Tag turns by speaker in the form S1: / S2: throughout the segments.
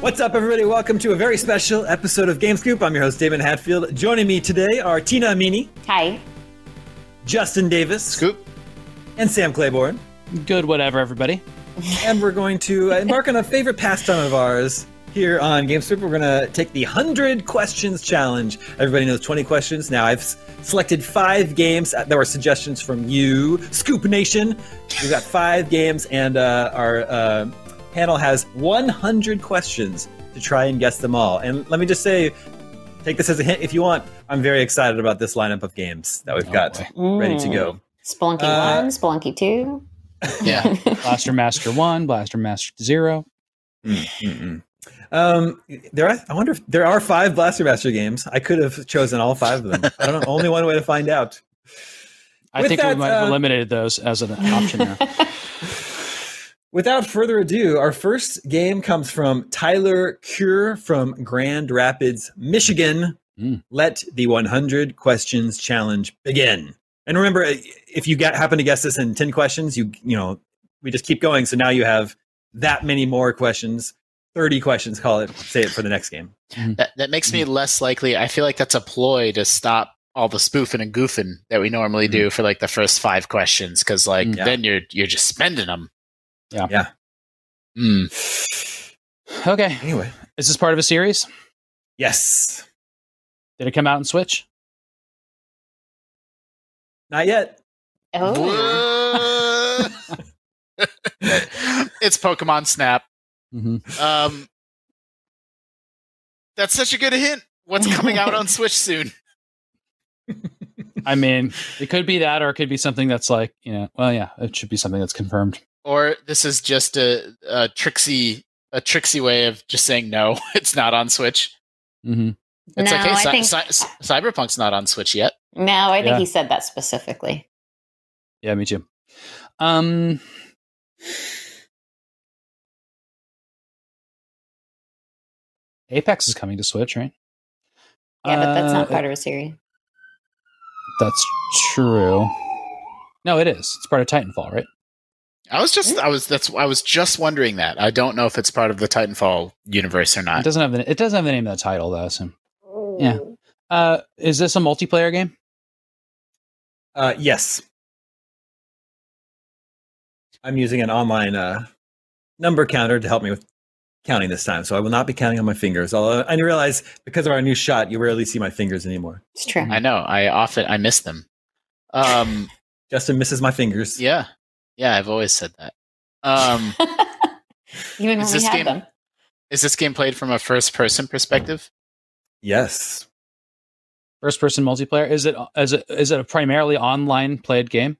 S1: What's up, everybody? Welcome to a very special episode of Game Scoop. I'm your host, David Hatfield. Joining me today are Tina Amini,
S2: Hi.
S1: Justin Davis,
S3: Scoop.
S1: and Sam Claiborne.
S4: Good, whatever, everybody.
S1: And we're going to uh, embark on a favorite pastime of ours here on Game Scoop. We're going to take the 100 questions challenge. Everybody knows 20 questions. Now, I've s- selected five games that were suggestions from you, Scoop Nation. We've got five games, and uh, our uh, panel has 100 questions to try and guess them all. And let me just say, take this as a hint if you want. I'm very excited about this lineup of games that we've
S4: Oh,
S1: got ready to
S2: Mm.
S1: go.
S2: Spelunky
S1: Uh,
S2: 1, Spelunky 2.
S3: Yeah.
S4: Blaster Master 1, Blaster Master 0.
S1: Um, there are, I wonder if there are five Blaster Master games. I could have chosen all five of them. I don't know. Only one way to find out.
S4: I
S1: With
S4: think
S1: that,
S4: we might have
S1: uh,
S4: eliminated those as an option now.
S1: Without further ado, our first game comes from Tyler Cure from Grand Rapids, Michigan.
S4: Mm.
S1: Let the 100 questions challenge begin. And remember, uh, if you get, happen to guess this in 10 questions, you you know we just keep going. So now you have that many more questions, 30 questions. Call it, say it for the next game.
S3: That, that makes
S4: Mm.
S3: me less likely. I feel like that's a ploy to stop all the spoofing and goofing that we normally do for like the first five questions because like
S4: Mm.
S1: Yeah.
S3: then you're you're just spending them.
S4: Yeah.
S1: Yeah.
S3: Mm.
S4: Okay.
S1: Anyway,
S4: Is this part of a series?
S1: yes,
S4: Did it come out in Switch?
S1: not yet.
S2: Oh.
S1: Uh,
S3: What? it's Pokemon Snap.
S4: Mm-hmm.
S3: Um, that's such a good hint. What's coming out on Switch soon?
S4: I mean, it could be that, or it could be something that's like, you know, well, yeah, it should be something that's confirmed.
S3: Or this is just a, a tricksy a tricksy way of just saying no. It's not on Switch.
S4: Mm-hmm.
S3: It's
S2: no,
S3: okay.
S2: I
S3: Cy-
S2: think,
S3: Cy- Cy- Cyberpunk's not on Switch yet.
S2: no, I think
S4: Yeah.
S2: he said that specifically.
S4: Yeah, me too. Um, Apex is coming to Switch, right?
S2: Yeah, but that's not
S4: Uh,
S2: part of a series.
S4: That's true. No, it is. It's part of Titanfall, right?
S3: I was just I was that's I was just wondering that. I don't know if it's part of the Titanfall universe or
S4: It
S3: not.
S4: doesn't have the it doesn't have the name of the title though. So, yeah. Uh, is this a multiplayer game?
S1: Uh, yes. I'm using an online uh, number counter to help me with counting this time, so I will not be counting on my fingers. Although I realize because of our new shot, you rarely see my fingers anymore.
S2: It's true.
S3: I know. I often I miss them. Um
S1: Justin misses my fingers.
S3: yeah. Yeah, I've always said that. Um
S2: Even
S3: Is
S2: when we
S3: this
S2: had
S3: game-
S2: them.
S3: Is this game played from a first person perspective?
S5: Yes.
S4: First person multiplayer. Is it is it is it a primarily online played game?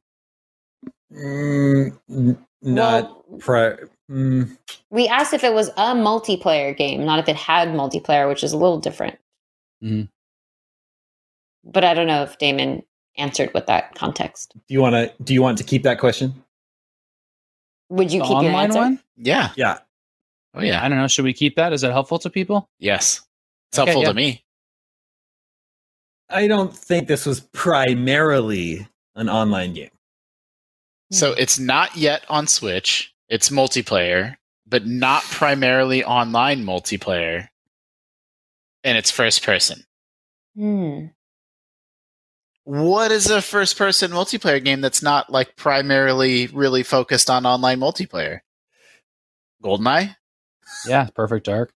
S1: Mm, n- not
S2: Well,
S1: pri- mm,
S2: we asked if it was a multiplayer game, not if it had multiplayer, which is a little different.
S4: Mhm.
S2: But I don't know if Damon answered with that context.
S1: do you want to do you want to keep that question
S2: Would you
S4: the
S2: keep your
S4: online
S2: answer?
S4: one?
S3: Yeah.
S1: yeah
S3: Oh yeah.
S4: I don't know. Should we keep that? Is that helpful to people?
S3: Yes. It's
S4: Okay,
S3: helpful
S4: yeah.
S3: to me.
S1: i don't think this was primarily an online game
S4: Hmm.
S3: So it's not yet on Switch. It's multiplayer, but not primarily online multiplayer. And it's first person.
S2: Hmm.
S3: What is a first person multiplayer game that's not like primarily really focused on online multiplayer? Goldeneye?
S4: Yeah. Perfect Dark.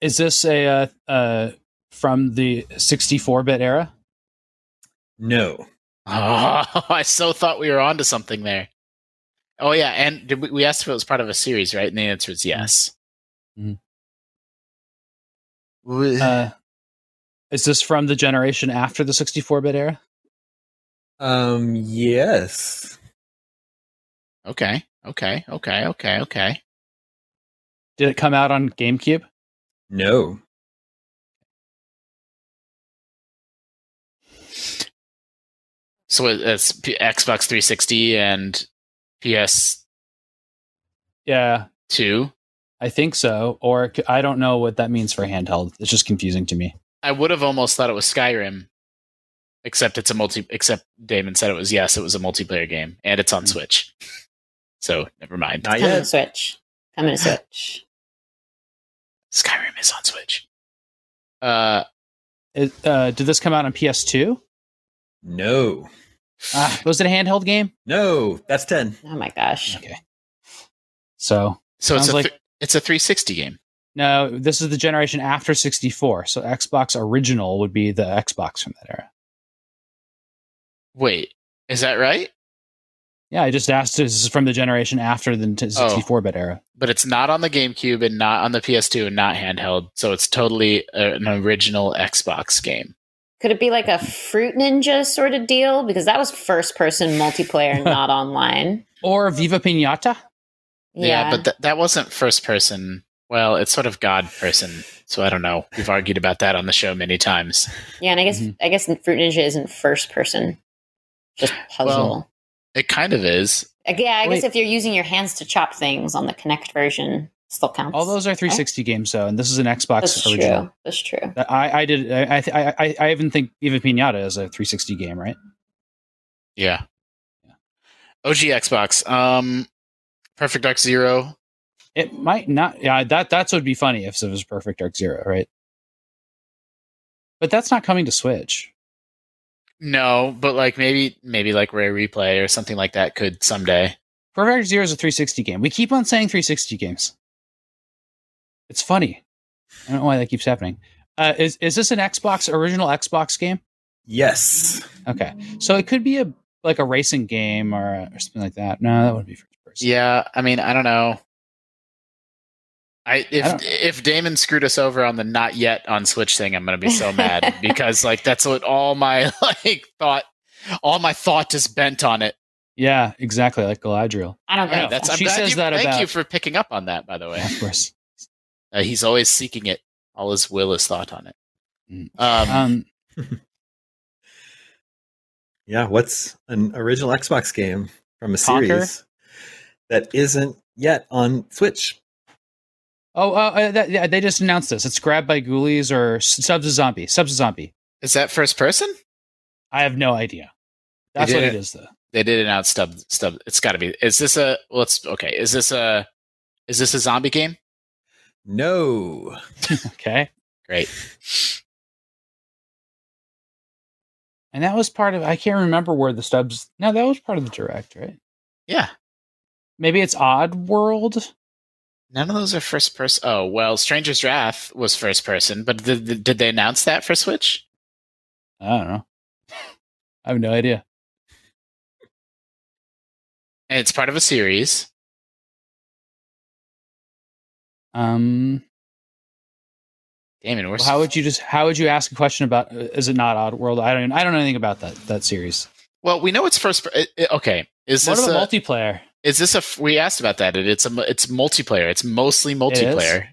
S4: Is this a uh, uh, from the 64 bit era?
S1: no
S3: Oh, I so thought we were onto something there. Oh yeah, and did we, we asked if it was part of a series, right? And the answer is yes.
S4: Mhm.
S3: Wh-
S4: Uh, is this from the generation after the 64 bit era?
S1: um yes
S3: okay, okay, okay, okay, okay.
S4: Did it come out on GameCube?
S1: no
S3: So it- it's P- Xbox 360 and PS2.
S4: Yeah, I think so. Or it c- I don't know what that means for handheld. It's just confusing to me.
S3: I would have almost thought it was Skyrim, except it's a multi. Except Damon said it was yes, it was a multiplayer game, and it's
S4: Hmm.
S3: on Switch. So never mind.
S1: not
S2: Coming to
S1: yet
S2: Switch. Coming to Switch.
S3: Skyrim is on Switch. Uh,
S4: It, uh, did this come out on PS2?
S1: no
S4: Ah, was it a handheld game?
S1: no that's 10
S2: Oh my gosh.
S4: Okay. So
S3: so it's
S4: Sounds
S3: a
S4: like-
S3: th- it's a 360 game.
S4: no, this is the generation after 64. So Xbox original would be the Xbox from that era.
S3: Wait, is that right?
S4: Yeah, I just asked. This is from the generation after the 64 bit era.
S3: But it's not on the GameCube and not on the PS2 and not handheld, so it's totally a, an original Xbox game.
S2: Could it be like a Fruit Ninja sort of deal? Because that was first person multiplayer, and not online.
S4: Or Viva Pinata?
S3: Yeah, but th- that wasn't first person. Well, it's sort of God person, so I don't know. We've argued about that on the show many times.
S2: yeah, and I guess
S4: Mhm.
S2: I guess Fruit Ninja isn't first person, just puzzle.
S3: Well- It kind of is.
S2: Like, yeah, I
S4: Wait.
S2: guess if you're using your hands to chop things on the Kinect version, still counts.
S4: All those are 360 games, though, and this is an Xbox
S2: That's
S4: original.
S2: true. That's true.
S4: I, I did. I, I, I, I even think Viva Pinata is a 360 game, right?
S3: Yeah. OG Xbox. Um, Perfect Dark Zero.
S4: It might not. Yeah, that that's would be funny if it was Perfect Dark Zero, right? But that's not coming to Switch.
S3: No, but like maybe maybe like Rare Replay or something like that could someday.
S4: Perfect Dark Zero is a 360 game. We keep on saying 360 games. It's funny. I don't know why that keeps happening. Uh, is is this an Xbox original Xbox game?
S1: yes
S4: Okay, so it could be a like a racing game or, or something like that. No, that would be first person.
S3: Yeah, I mean, I don't know. I if
S4: I don't-
S3: if Damon screwed us over on the not yet on Switch thing, I'm gonna be so mad because like that's what all my like thought, all my thought is bent on it.
S4: yeah, exactly like Galadriel.
S2: I don't
S3: Yeah,
S2: think
S3: that's
S2: so.
S3: I'm
S4: She
S3: glad
S4: says
S3: you,
S4: that
S3: Thank
S4: about-
S3: you for picking up on that, by the way.
S4: Of course.
S3: Uh, he's always seeking it. All his will is thought on it.
S4: Mm.
S3: Um,
S4: Um,
S1: yeah what's an original xbox game from a
S4: Conquer?
S1: series that isn't yet on switch
S4: Oh, uh, uh, that, yeah, they just announced this. It's grabbed by ghoulies or S- subs a zombie. Subs a zombie.
S3: is that first person?
S4: I have no idea.
S3: They
S4: That's what
S3: did
S4: it
S3: it.
S4: is, though.
S3: They did announce stub stub. It's got to be. Is this a? Well, it's okay. Is this a? Is this a zombie game?
S1: no
S4: Okay,
S3: Great.
S4: and that was part of. I can't remember where the stubs. No, that was part of the direct, right?
S3: Yeah.
S4: Maybe it's Odd World.
S3: None of those are first person. Oh well, Stranger's Wrath was first person, but th- th- did they announce that for Switch?
S4: I don't know. I have no idea.
S3: And it's part of a series.
S4: Um,
S3: Damon, we're
S4: well, how would you just how would you ask a question about uh, is it not Oddworld? I don't I don't know anything about that that series.
S3: well. We know it's first. per- it- it- okay, is
S4: what
S3: this
S4: about
S3: a,
S4: multiplayer?
S3: is this a? f- We asked about that. It, it's a. mu- It's multiplayer. It's mostly multiplayer.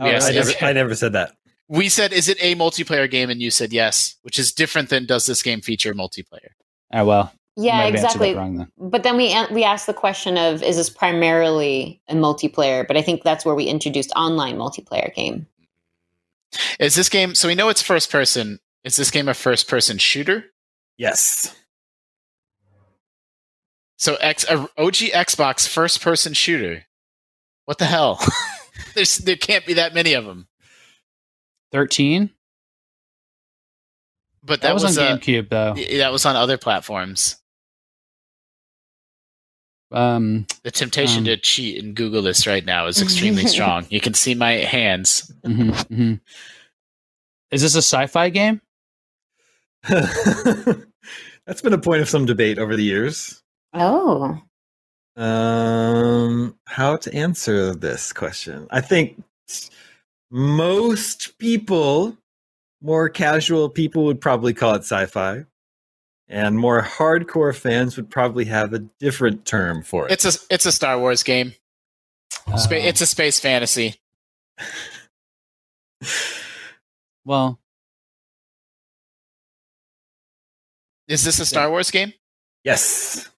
S4: Oh,
S3: Yes,
S1: I,
S4: really?
S3: it is.
S1: never, I never said that.
S3: We said, is it a multiplayer game? And you said yes, which is different than does this game feature multiplayer?
S4: Oh well, you might
S2: Yeah,
S4: have answered
S2: exactly.
S4: That wrong then.
S2: But then we an- we asked the question of is this primarily a multiplayer? But I think that's where we introduced online multiplayer game.
S3: Is this game? So we know it's first person. Is this game a first person shooter?
S1: Yes.
S3: So X, a OG Xbox first person shooter. What the hell? There's there can't be that many of them.
S4: Thirteen.
S3: But
S4: That, was, on
S3: uh,
S4: GameCube though.
S3: y- that was on other platforms.
S4: Um,
S3: The temptation
S4: Um.
S3: to cheat and Google this right now is extremely strong. You can see my hands.
S4: mhm,
S3: mm-hmm.
S4: mhm. Is this a sci-fi game?
S1: That's been a point of some debate over the years.
S2: Oh,
S1: Um, how to answer this question? I think most people, more casual people, would probably call it sci-fi, and more hardcore fans would probably have a different term for it.
S3: It's a it's a Star Wars game. Spa-
S4: Uh,
S3: it's a space fantasy.
S4: well,
S3: Is this a Star Wars game?
S1: yes,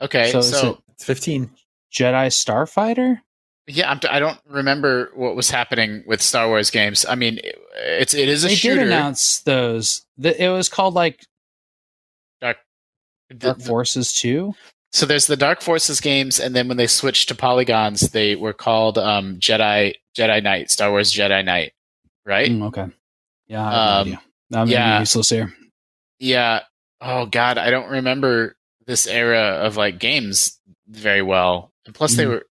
S3: Okay,
S4: So
S3: so,
S4: is it-
S1: it's fifteen.
S4: Jedi Starfighter.
S3: yeah, I'm t- I don't remember what was happening with Star Wars games. I mean, it- it's it is a
S4: They
S3: shooter.
S4: did announce those. The- It was called like
S3: The-
S4: Dark
S3: the-
S4: Forces Two.
S3: So there's the Dark Forces games, and then when they switched to Polygons, they were called um, Jedi Jedi Knight, Star Wars Jedi Knight, right?
S4: Mm, okay. Yeah. I have
S3: Um,
S4: no idea. I'm gonna be
S3: yeah.
S4: useless here.
S3: Yeah. Oh God, I don't remember this era of like games very well. And plus, they
S4: Mhm.
S3: were.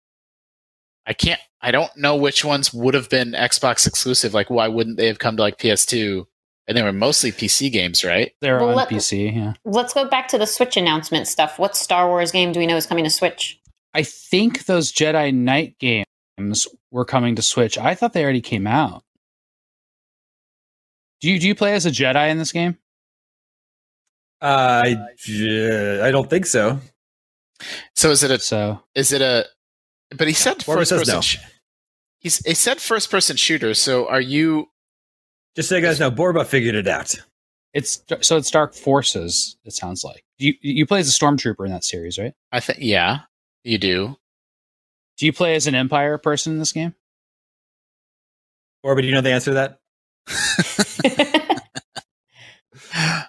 S3: I can't. I don't know which ones would have been Xbox exclusive. Like, why wouldn't they have come to like PS2? And they were mostly PC games, right?
S4: They're
S2: Well,
S4: on
S2: let-
S4: PC. Yeah.
S2: let's go back to the Switch announcement stuff. What Star Wars game do we know is coming to Switch?
S4: I think those Jedi Knight games were coming to Switch. I thought they already came out. Do you do you play as a Jedi in this game?
S1: Uh, I j- I don't think so.
S3: So is it a
S4: So
S3: Is it a? But he said
S1: Barbara
S3: first
S1: says
S3: person.
S1: no.
S3: sh- he's he said first person shooter. So are you?
S1: Just so you guys know, Borba figured it out.
S4: it's so it's Dark Forces. It sounds like you you play as a stormtrooper in that series, right?
S3: I think yeah, you do.
S4: Do you play as an Empire person in this game?
S1: Borba, do you know the answer to that?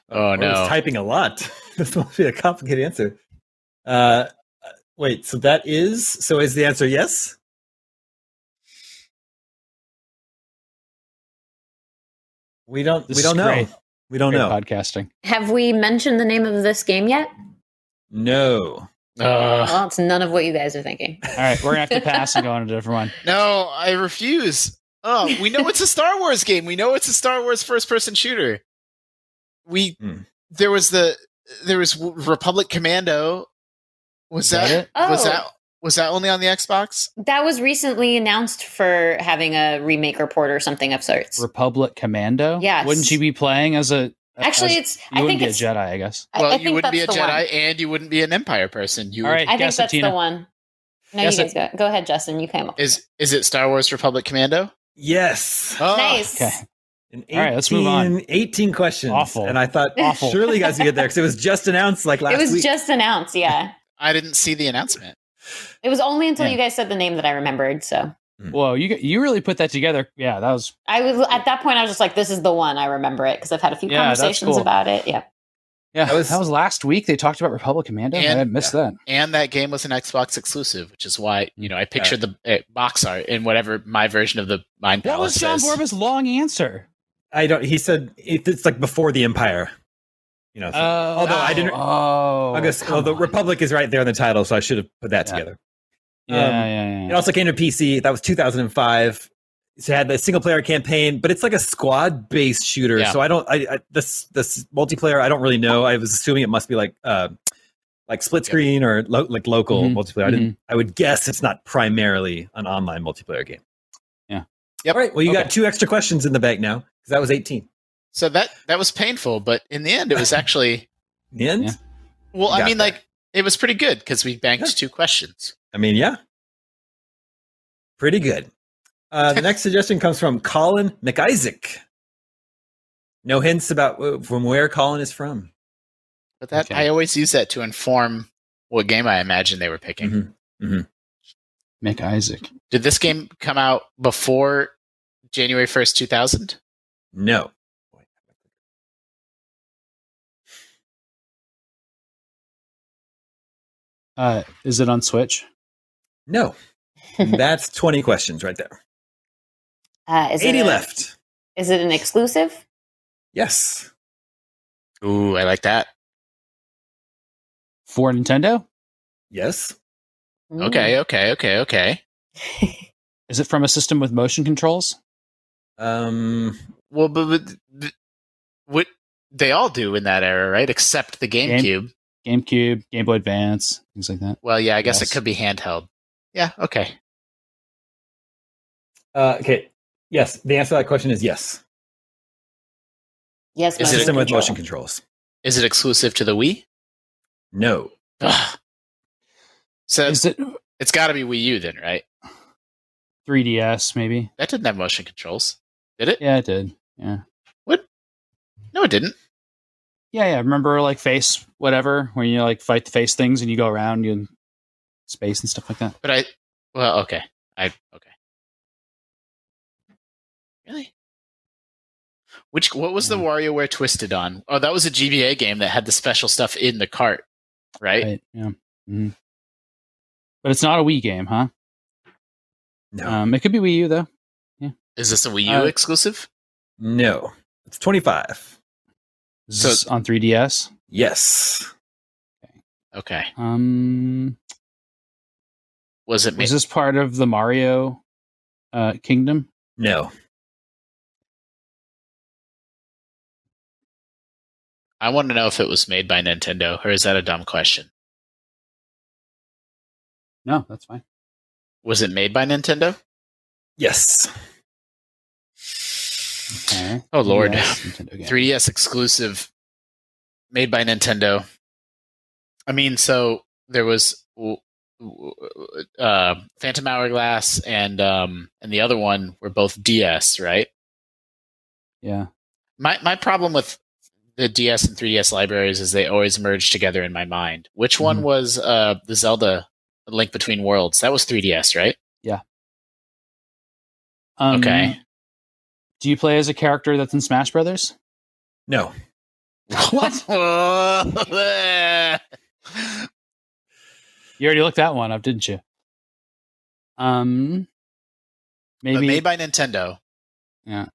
S3: Oh
S1: I was
S3: no!
S1: typing a lot. this must be a complicated answer. Uh, wait, so that is so is the answer yes? We don't
S4: This
S1: we
S4: is
S1: don't know.
S4: great.
S1: We don't
S4: Great
S1: know.
S4: podcasting.
S2: Have we mentioned the name of this game yet?
S1: No.
S3: Ugh.
S2: Well, it's none of what you guys are thinking.
S4: All right, we're gonna have to pass and go on to a different one.
S3: no, I refuse. Oh, we know it's a Star Wars game. We know it's a Star Wars first person shooter. We
S1: Hmm.
S3: there was the there was Republic Commando. Was
S4: Is
S3: that,
S4: that
S2: it?
S3: was
S2: Oh.
S3: that was that only on the Xbox?
S2: That was recently announced for having a remake or port or something of sorts.
S4: Republic Commando.
S2: Yes.
S4: Wouldn't you be playing as a?
S2: Actually,
S4: as-
S2: it's.
S4: you
S2: I
S4: wouldn't
S2: think
S4: be a
S2: it's.
S4: Jedi, I guess.
S2: I,
S3: Well,
S2: I
S3: you
S2: think
S3: wouldn't be a
S2: that's
S3: Jedi,
S2: the one.
S3: and you wouldn't be an Empire person. You
S4: All
S3: would-
S4: right,
S2: I think
S4: guess it,
S2: that's
S4: Tina.
S2: the one. No,
S4: Guess
S2: you guys go. Go ahead, Justin. You came up.
S3: is is it Star Wars Republic Commando?
S1: Yes.
S3: Oh,
S2: nice.
S4: Okay.
S1: An 18,
S4: All right, let's move on.
S1: 18 questions.
S4: Awful.
S1: And I thought
S4: Awful.
S1: surely you guys would get there because it was just announced like last
S2: It was
S1: week.
S2: just announced. Yeah.
S3: I didn't see the announcement.
S2: It was only until
S4: Yeah.
S2: you guys said the name that I remembered. So
S4: Whoa, you got- you really put that together. Yeah, that was
S2: I was at that point. I was just like, "This is the one." I remember it because I've had a few
S4: Yeah, that's
S2: conversations
S4: cool.
S2: about it. Yeah.
S4: yeah. That
S1: That
S4: was,
S1: was-
S4: last week. They talked about Republic Commando. I
S3: And-
S4: had missed that.
S3: And that game was an Xbox exclusive, which is why you know I pictured the uh, box art in whatever my version of the Mind
S4: That was
S3: Palace
S4: John
S3: is.
S4: Borba's long answer.
S1: I don't he said it, it's like before the Empire. You know. so-
S2: Oh,
S1: although I didn't-
S4: Oh,
S1: I guess
S4: come
S1: oh, the
S4: on.
S1: Republic is right there in the title, so I should have put that
S4: Yeah.
S1: together.
S4: Yeah,
S1: um,
S4: yeah, yeah.
S1: It also came to PC. That was 2005. So it had the single player campaign, but it's like a squad based shooter.
S3: Yeah.
S1: So I don't. I, I this this multiplayer. I don't really know. I was assuming it must be like uh, like split screen or lo- like local
S4: Mhm.
S1: multiplayer. I didn't. I would guess it's not primarily an online multiplayer game.
S3: Yep.
S1: All right. Well, you
S4: Okay.
S1: got two extra questions in the bank now because that was 18.
S3: So that that was painful, but in the end, it was actually
S1: In the end?
S4: Yeah.
S3: well. I
S1: Got
S3: mean,
S1: that.
S3: like it was pretty good because we banked
S1: Yeah.
S3: two questions.
S1: I mean, yeah. Pretty good. Uh, the next suggestion comes from Colin McIsaac. No hints about wh- from where Colin is from.
S3: But that
S4: Okay.
S3: I always use that to inform what game I imagine they were picking.
S2: Mm-hmm.
S1: Mhm.
S4: Mm-hmm. Mick Isaac.
S3: Did this game come out before January first, two thousand?
S1: No.
S4: Uh, is it on Switch?
S1: No. That's 20 questions right there.
S2: Uh, is
S1: 80
S2: it a-
S1: left.
S2: Is it an exclusive?
S1: Yes.
S3: Ooh, I like that.
S4: For Nintendo?
S1: Yes.
S2: Mm.
S3: Okay, okay, okay, okay.
S4: Is it from a system with motion controls?
S1: Um,
S3: Well, but, but th- what they all do in that era, right? Except the
S4: Game-
S3: GameCube.
S4: GameCube, Game Boy Advance, things like that.
S3: Well, yeah, I guess
S4: Yes.
S3: it could be handheld. Yeah, okay.
S1: uh, okay. Yes. The answer to that question is yes.
S2: Yes.
S3: Is it a
S1: System with
S2: control.
S1: motion controls.
S3: Is it exclusive to the Wii?
S1: No.
S3: Ugh. So
S4: Is it
S3: it's got to be Wii U then, right?
S4: 3DS, maybe?
S3: That didn't have motion controls, did it?
S4: Yeah, it did. Yeah.
S3: No, it didn't.
S4: Yeah, yeah. Remember, like, face whatever, when you, like, fight the face things and you go around you space and stuff like that?
S3: But I, well, okay, I okay. Really? Which what was the
S4: Yeah.
S3: WarioWare Twisted on? Oh, that was a GBA game that had the special stuff in the cart, right?
S4: Right. Yeah. hmm But it's not a Wii game, huh?
S1: No.
S2: Uh.
S4: Um, it could be Wii U, though.
S3: Is this a Wii U
S4: Uh,
S3: exclusive?
S1: no. It's 25.
S4: Is
S3: So-
S4: this on 3DS?
S1: Yes.
S3: Okay,
S4: Um,
S3: was it? Ma-
S4: was this part of the Mario uh, Kingdom?
S1: No.
S3: I want to know if it was made by Nintendo, or is that a dumb question?
S4: No, that's fine.
S3: Was it made by Nintendo?
S1: Yes.
S4: Okay.
S3: Oh lord,
S4: 3DS, Nintendo game.
S3: 3DS exclusive, made by Nintendo. I mean, so there was w- w- uh, Phantom Hourglass and um, and the other one were both DS, right?
S4: Yeah.
S3: My my problem with the DS and 3DS libraries is they always merge together in my mind. Which one
S4: Mhm.
S3: was uh, the Zelda Link Between Worlds? That was 3DS, right?
S4: Um,
S3: Okay.
S4: Do you play as a character that's in Smash Brothers?
S1: No.
S3: What?
S4: You already looked that one up, didn't you? Um,
S3: But
S4: maybe.
S3: made by Nintendo.
S4: Yeah.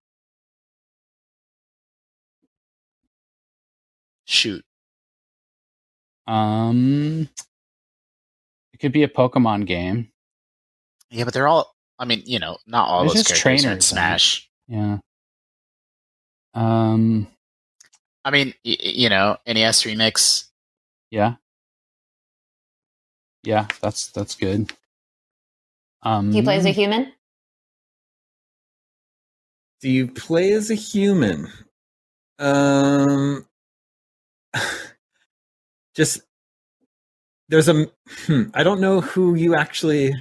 S3: Shoot.
S4: um, it could be a Pokemon game.
S3: Yeah, but they're all. I mean, you know, not all
S4: There's
S3: those
S4: just
S3: characters are in
S4: trainers, I mean.
S3: Smash.
S4: Yeah. Um.
S3: I mean, y- y- you know, NES remix.
S4: Yeah. Yeah, that's that's good. Um.
S2: He plays a human.
S1: Do you play as a human? Um, just there's a. Hmm, I don't know who you actually.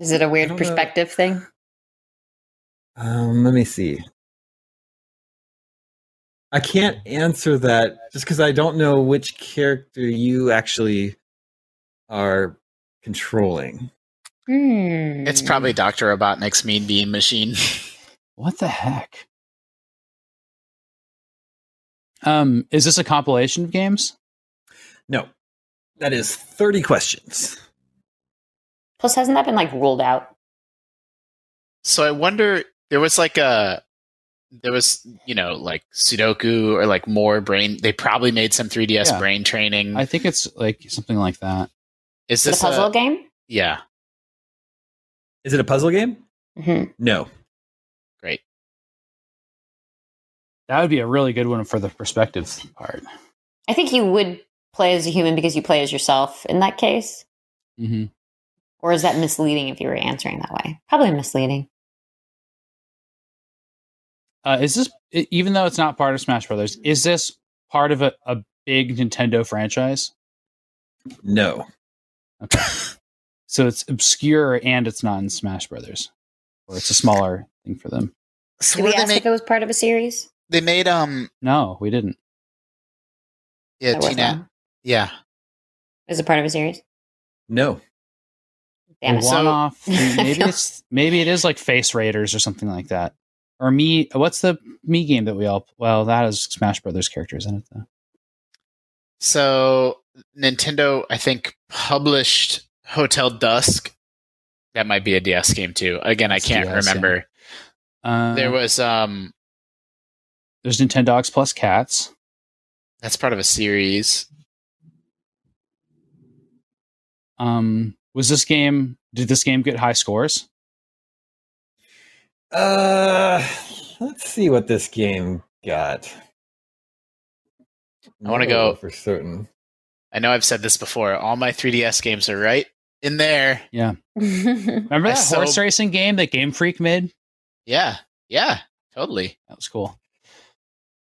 S2: Is it a
S1: I
S2: weird
S1: don't know.
S2: perspective thing?
S1: Um, let me see. I can't answer that just because I don't know which character you actually are controlling.
S2: Hmm.
S3: It's
S4: Mm.
S3: probably Doctor Robotnik's Mean Bean Machine.
S4: What the heck? Um. Is this a compilation of games?
S1: No, that is thirty questions.
S2: Plus, hasn't that been like ruled out?
S3: so I wonder. There was like a. There was, you know, like Sudoku or like more brain. They probably made some 3DS
S4: Yeah.
S3: brain training.
S4: I think it's like something like that.
S3: Is
S2: Is it
S3: this
S2: a puzzle
S3: A,
S2: game?
S3: yeah,
S1: Is it a puzzle game?
S2: hmm
S1: No.
S3: great.
S4: That would be a really good one for the perspective part.
S2: I think you would play as a human because you play as yourself in that case.
S4: Mm-hmm.
S2: Or is that misleading if you were answering that way? Probably misleading.
S4: Uh, is this e- even though it's not part of Smash Brothers? Is this part of a, a big Nintendo franchise?
S1: No.
S4: Okay. so it's obscure and it's not in Smash Brothers, or it's a smaller thing for them.
S3: So
S2: Did we
S3: what did
S2: ask
S3: they make?
S2: if it was part of a series?
S3: They made um
S4: No, we didn't.
S3: yeah
S2: That was
S3: Tina
S2: wrong.
S3: yeah
S2: Is it part of a series?
S1: No.
S2: Damn
S4: A
S2: it.
S3: So-
S4: one-off. Maybe
S2: No.
S4: it's maybe it is like Face Raiders or something like that. Or me. What's the me game that we all? Well, that is Smash Brothers characters in it though.
S3: So Nintendo, I think, published Hotel Dusk. That might be a DS game too. Again, I
S4: That's
S3: can't
S4: DS, yeah.
S3: remember.
S4: Um,
S2: Uh-huh.
S3: There was um
S4: there's Nintendogs plus cats.
S3: that's part of a series.
S4: Um, was this game? Did this game get high scores?
S1: Uh, let's see what this game got.
S3: I wanna
S1: No
S3: go-
S1: for certain.
S3: I know I've said this before. All my 3DS games are right in there.
S4: Remember
S3: I
S4: that
S3: so-
S4: horse racing game that Game Freak made?
S3: Yeah. Yeah. Totally.
S4: That was cool.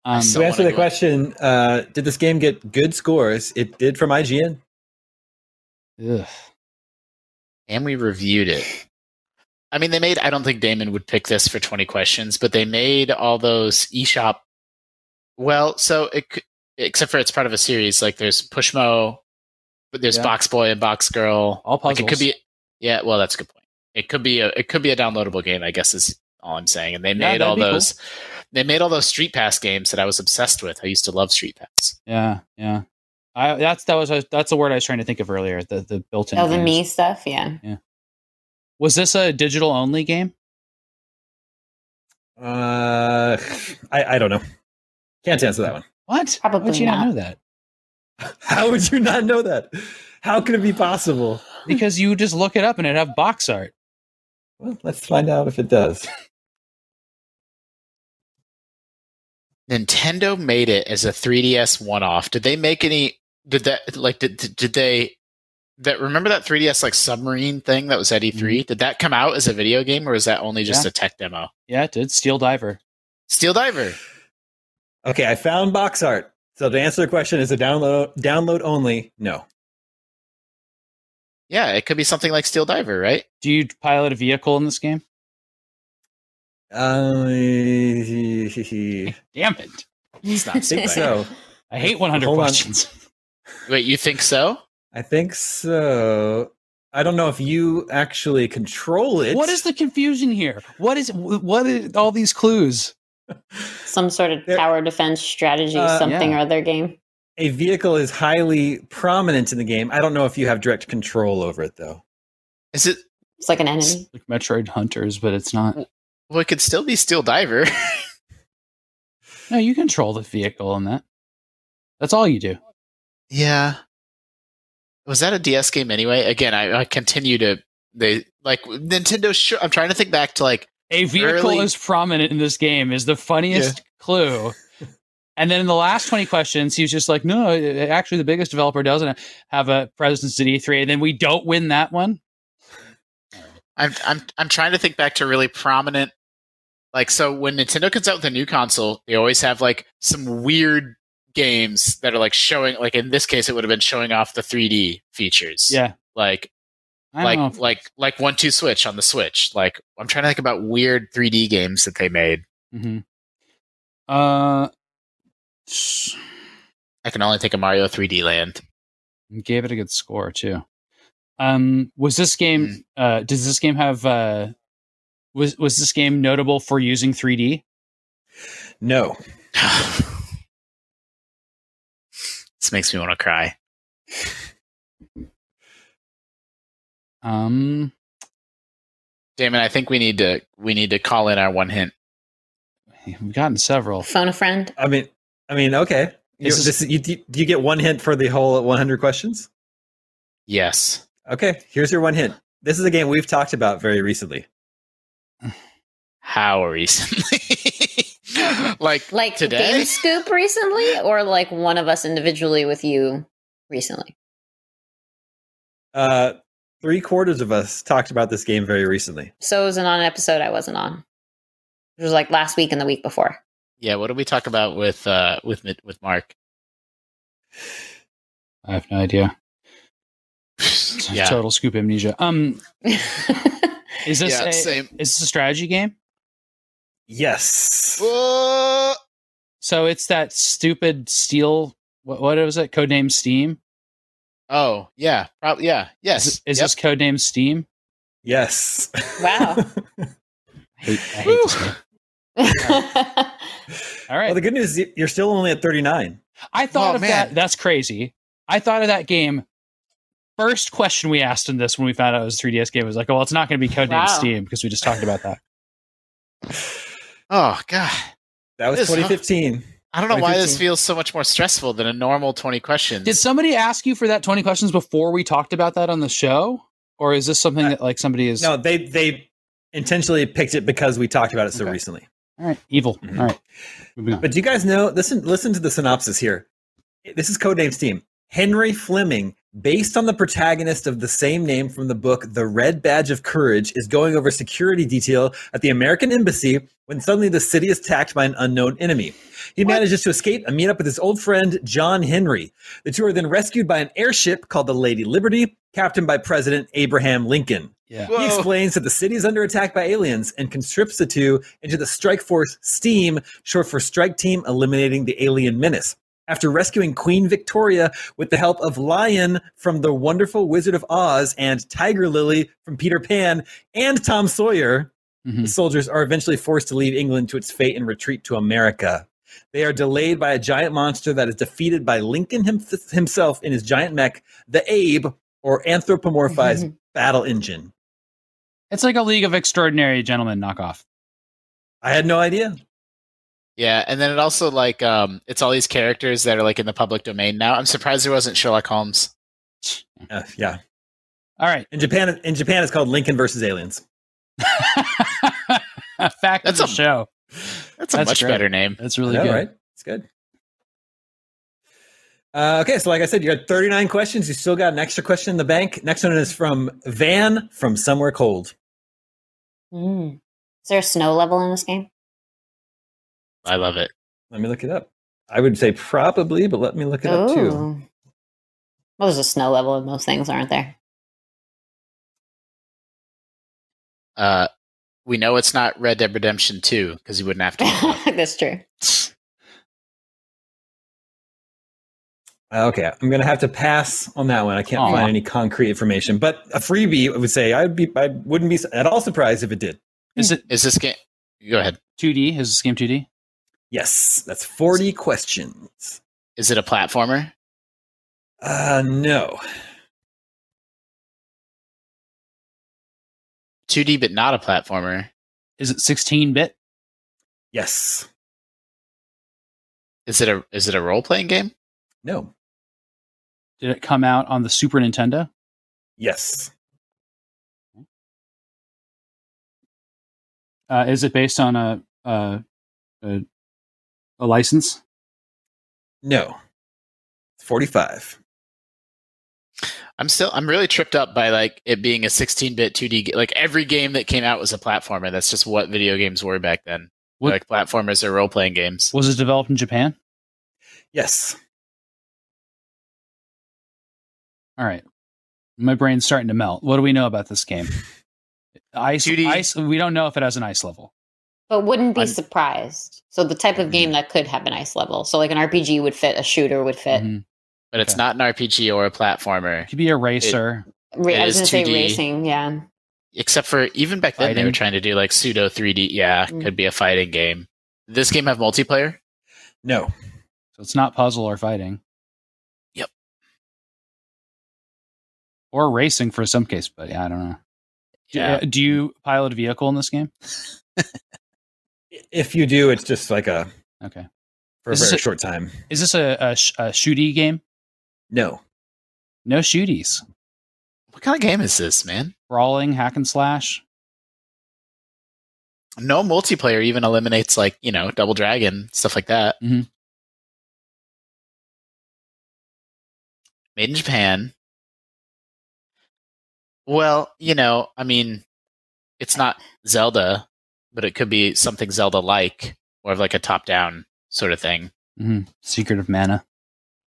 S4: Um,
S3: so-
S1: we
S3: Don't
S1: answered
S3: wanna
S1: the
S3: go-
S1: question uh, Did this game get good scores? It did from IGN.
S4: ugh.
S3: And we reviewed it. I mean, they made I don't think Damon would pick this for 20 questions, but they made all those eShop well, so it c- except for it's part of a series like there's Pushmo, but there's
S4: Yeah.
S3: Box Boy and Box Girl.
S4: All
S3: Like, it could
S4: puzzles.
S3: be yeah, well that's a good point. It could be a it could be a downloadable game, I guess is all I'm saying. And they made
S4: that'd
S3: all
S4: be cool.
S3: those they made all those Street Pass games that I was obsessed with. I used to love Street Pass.
S4: yeah, yeah. I, that's that was a, that's the word I was trying to think of earlier. The the built-in.
S2: Oh, the
S4: games.
S2: me stuff. Yeah.
S4: Was this a digital only game?
S1: Uh, I, I don't know. Can't answer that one.
S4: What? How would
S2: Probably
S4: you not
S2: not.
S4: know that?
S1: How would you not know that? How could it be possible?
S4: Because you just look it up and it have box art.
S1: Well, let's find out if it does.
S3: Nintendo made it as a 3DS one-off. Did they make any? Did that like did did, did they? That remember that 3DS like submarine thing that was at E3? Did that come out as a video game or was that only just
S4: Yeah.
S3: a tech demo?
S4: Yeah, it did. Steel Diver.
S3: Steel Diver.
S1: Okay, I found box art. So to answer the question, is it download download only? No.
S3: Yeah, it could be something like Steel Diver, right?
S4: Do you pilot a vehicle in this game?
S1: Um, I
S4: Damn it.
S3: It's not Steel
S1: think
S3: Diver.
S1: so.
S4: I hate 100
S1: Hold on.
S4: questions.
S3: Wait, you think so?
S1: I think so. I don't know if you actually control it.
S4: What is the confusion here? What is what is all these clues?
S2: Some sort of
S1: There-
S2: tower defense strategy,
S1: Uh,
S2: something
S4: yeah.
S2: or other game.
S1: a vehicle is highly prominent in the game. I don't know if you have direct control over it though.
S3: Is it?
S2: It's like an
S4: It's
S2: enemy.
S4: like Metroid Hunters, but it's not.
S3: Well, it could still be Steel Diver.
S4: No, you control the vehicle in that. That's all you do.
S3: Yeah. Was that a DS game anyway? Again, I, I continue to they like Nintendo. Sure, I'm trying to think back to like
S4: A vehicle
S3: Early-
S4: is prominent in this game is the funniest clue. And then in the last 20 questions, he was just like, no, it- actually, the biggest developer doesn't have a presence at E3. And then we don't win that one.
S3: I'm I'm I'm trying to think back to really prominent like so when Nintendo comes out with a new console, they always have like some weird games that are like showing like in this case it would have been showing off the 3D features.
S4: Yeah.
S3: Like
S4: I don't
S3: like
S4: know. if-
S3: like like one two switch on the Switch. Like I'm trying to think about weird 3D games that they made.
S4: Mhm. Uh, s-
S3: I can only think of Mario 3D Land.
S4: gave it a good score, too. Um, was this game,
S3: Mm.
S4: uh, does this game have, uh, was, was this game notable for using 3D?
S1: No.
S3: this makes me want to cry.
S4: Um,
S3: Damon, I think we need to we need to call in our one hint.
S4: we've gotten several.
S2: Phone a friend.
S1: I mean, I mean, okay. You,
S4: This is-
S1: this, you, do you get one hint for the whole 100 questions?
S3: Yes.
S1: Okay, here's your one hint. This is a game we've talked about very recently.
S3: how recently? like
S2: Like
S3: today?
S2: Game Scoop recently, or like one of us individually with you recently.
S1: Uh, three quarters of us talked about this game very recently.
S2: So it was on an episode I wasn't on. It was like last week and the week before.
S3: Yeah, what did we talk about with uh with with Mark?
S4: I have no idea.
S3: Yeah.
S4: Total scoop amnesia. Um, is this
S3: Yeah,
S4: a,
S3: same.
S4: is this a strategy game?
S1: Yes.
S3: Whoa!
S4: So it's that stupid steel. What, what was it? Codename Steam.
S3: Oh, yeah. Prob- yeah. Yes.
S4: Is, is
S3: Yep.
S4: this codename Steam?
S1: Yes.
S2: Wow.
S4: I hate, I hate this
S3: Whew.
S4: game.
S2: yeah,
S4: All right.
S1: Well, the good news is you're still only at 39.
S4: I thought
S3: Oh,
S4: of
S3: man.
S4: that. That's crazy. I thought of that game. First question we asked in this when we found out it was a 3DS game was like, oh, well, it's not going to be codenamed
S2: Wow.
S4: Steam because we just talked about that.
S3: Oh god.
S1: That was
S3: This-
S1: 2015.
S3: I don't know why this
S1: 2015.
S3: feels so much more stressful than a normal 20 questions.
S4: Did somebody ask you for that 20 questions before we talked about that on the show? Or is this
S3: Uh,
S4: something that like somebody is
S1: No, they they intentionally picked it because we talked about it so
S4: Okay.
S1: recently.
S4: all right, evil.
S1: Mhm.
S4: All right. Mm-hmm. Moving on.
S1: But do you guys know? Listen, listen to the synopsis here. This is Codename's team. Henry Fleming, based on the protagonist of the same name from the book The Red Badge of Courage, is going over security detail at the American embassy when suddenly the city is attacked by an unknown enemy. He manages to escape and meet up with his old friend John Henry. The two are then rescued by an airship called the Lady Liberty, captained by President Abraham Lincoln.
S4: Yeah.
S3: Whoa.
S1: He explains that the city is under attack by aliens and conscripts the two into the Strike Force STEAM, short for Strike Team Eliminating the Alien Menace. After rescuing Queen Victoria with the help of Lion from The Wonderful Wizard of Oz and Tiger Lily from Peter Pan and Tom Sawyer,
S4: Mhm.
S1: the soldiers are eventually forced to leave England to its fate and retreat to America. They are delayed by a giant monster that is defeated by Lincoln him- himself in his giant mech, the Abe, or anthropomorphized battle engine.
S4: It's like a League of Extraordinary Gentlemen knockoff.
S1: I had no idea.
S3: yeah, and then it also like um it's all these characters that are like in the public domain now. I'm surprised there wasn't Sherlock Holmes.
S1: Uh, yeah,
S4: All right.
S1: in Japan, in Japan, it's called Lincoln versus Aliens.
S4: Fact
S3: That's
S4: of the
S3: a-
S4: show.
S3: That's a
S4: That's
S3: much
S4: great.
S3: better name.
S4: That's
S1: I
S4: really
S1: know,
S4: good.
S1: right? It's good. Uh, okay, so like I said, you got 39 questions. You still got an extra question in the bank. Next one is from Van from Somewhere Cold.
S2: Mm. Is there a snow level in this game?
S3: I love it.
S1: Let me look it up. I would say probably, but let me look it up
S4: Oh.
S1: too.
S2: Ooh. Well, there's a snow level in most things, aren't there?
S3: Uh we know it's not Red Dead Redemption 2 because you wouldn't have to.
S2: That's true.
S1: Uh, Okay, I'm gonna have to pass on that one. I can't
S4: Aw.
S1: find any concrete information, but a freebie I would say I'd be I wouldn't be at all surprised if it did.
S4: Is it
S3: Is this game Go ahead.
S4: 2D? Is this game 2D?
S1: Yes, that's 40 questions.
S3: Is it a platformer?
S1: Uh, no.
S3: 2D but not a platformer.
S4: Is it 16 bit?
S1: Yes.
S3: Is it a is it a role playing game?
S1: No.
S4: Did it come out on the Super Nintendo?
S1: Yes.
S4: Uh, is it based on a a, a a license?
S1: No. 45.
S3: I'm still I'm really tripped up by like it being a 16-bit 2D ga- like every game that came out was a platformer. That's just what video games were back then.
S4: What-
S3: Like platformers are role-playing games.
S4: Was it developed in Japan?
S1: Yes.
S4: All right, my brain's starting to melt. What do we know about this game? Ice,
S3: 2D.
S4: ice. We don't know if it has an ice level.
S2: But wouldn't be
S4: I'm-
S2: surprised. So the type of game
S1: Mm-hmm.
S2: that could have an ice level. So like an RPG would fit, a shooter would fit.
S4: Mhm.
S3: But it's
S4: Okay.
S3: not an RPG or a platformer.
S4: It could be a racer.
S1: Mm-hmm.
S2: Ra-
S3: It
S2: I was
S3: is
S2: going to say
S3: 2D.
S2: racing, yeah.
S3: Except for even back then they were
S4: Fighting.
S3: trying to do like pseudo 3D. Yeah,
S2: Mm.
S3: could be a fighting game. Did This game have multiplayer?
S1: No.
S4: so it's not puzzle or fighting.
S3: Yep.
S4: Or racing for some case, but yeah, I don't know. Do-
S3: Yeah.
S4: uh, Do you pilot a vehicle in this game?
S1: If you do, it's just like a
S4: Okay.
S1: for a
S4: Is this
S1: very
S4: a-
S1: short time.
S4: Is this a a, sh- a shooty game?
S1: No.
S4: No shooties.
S3: What kind of game is this, man?
S4: Brawling, hack and slash.
S3: No multiplayer even eliminates like, you know, Double Dragon, stuff like that.
S4: Mhm.
S3: Made in Japan. Well, you know, I mean, it's not Zelda, but it could be something Zelda like, more of like a top down sort of thing.
S4: Mhm. Secret of Mana.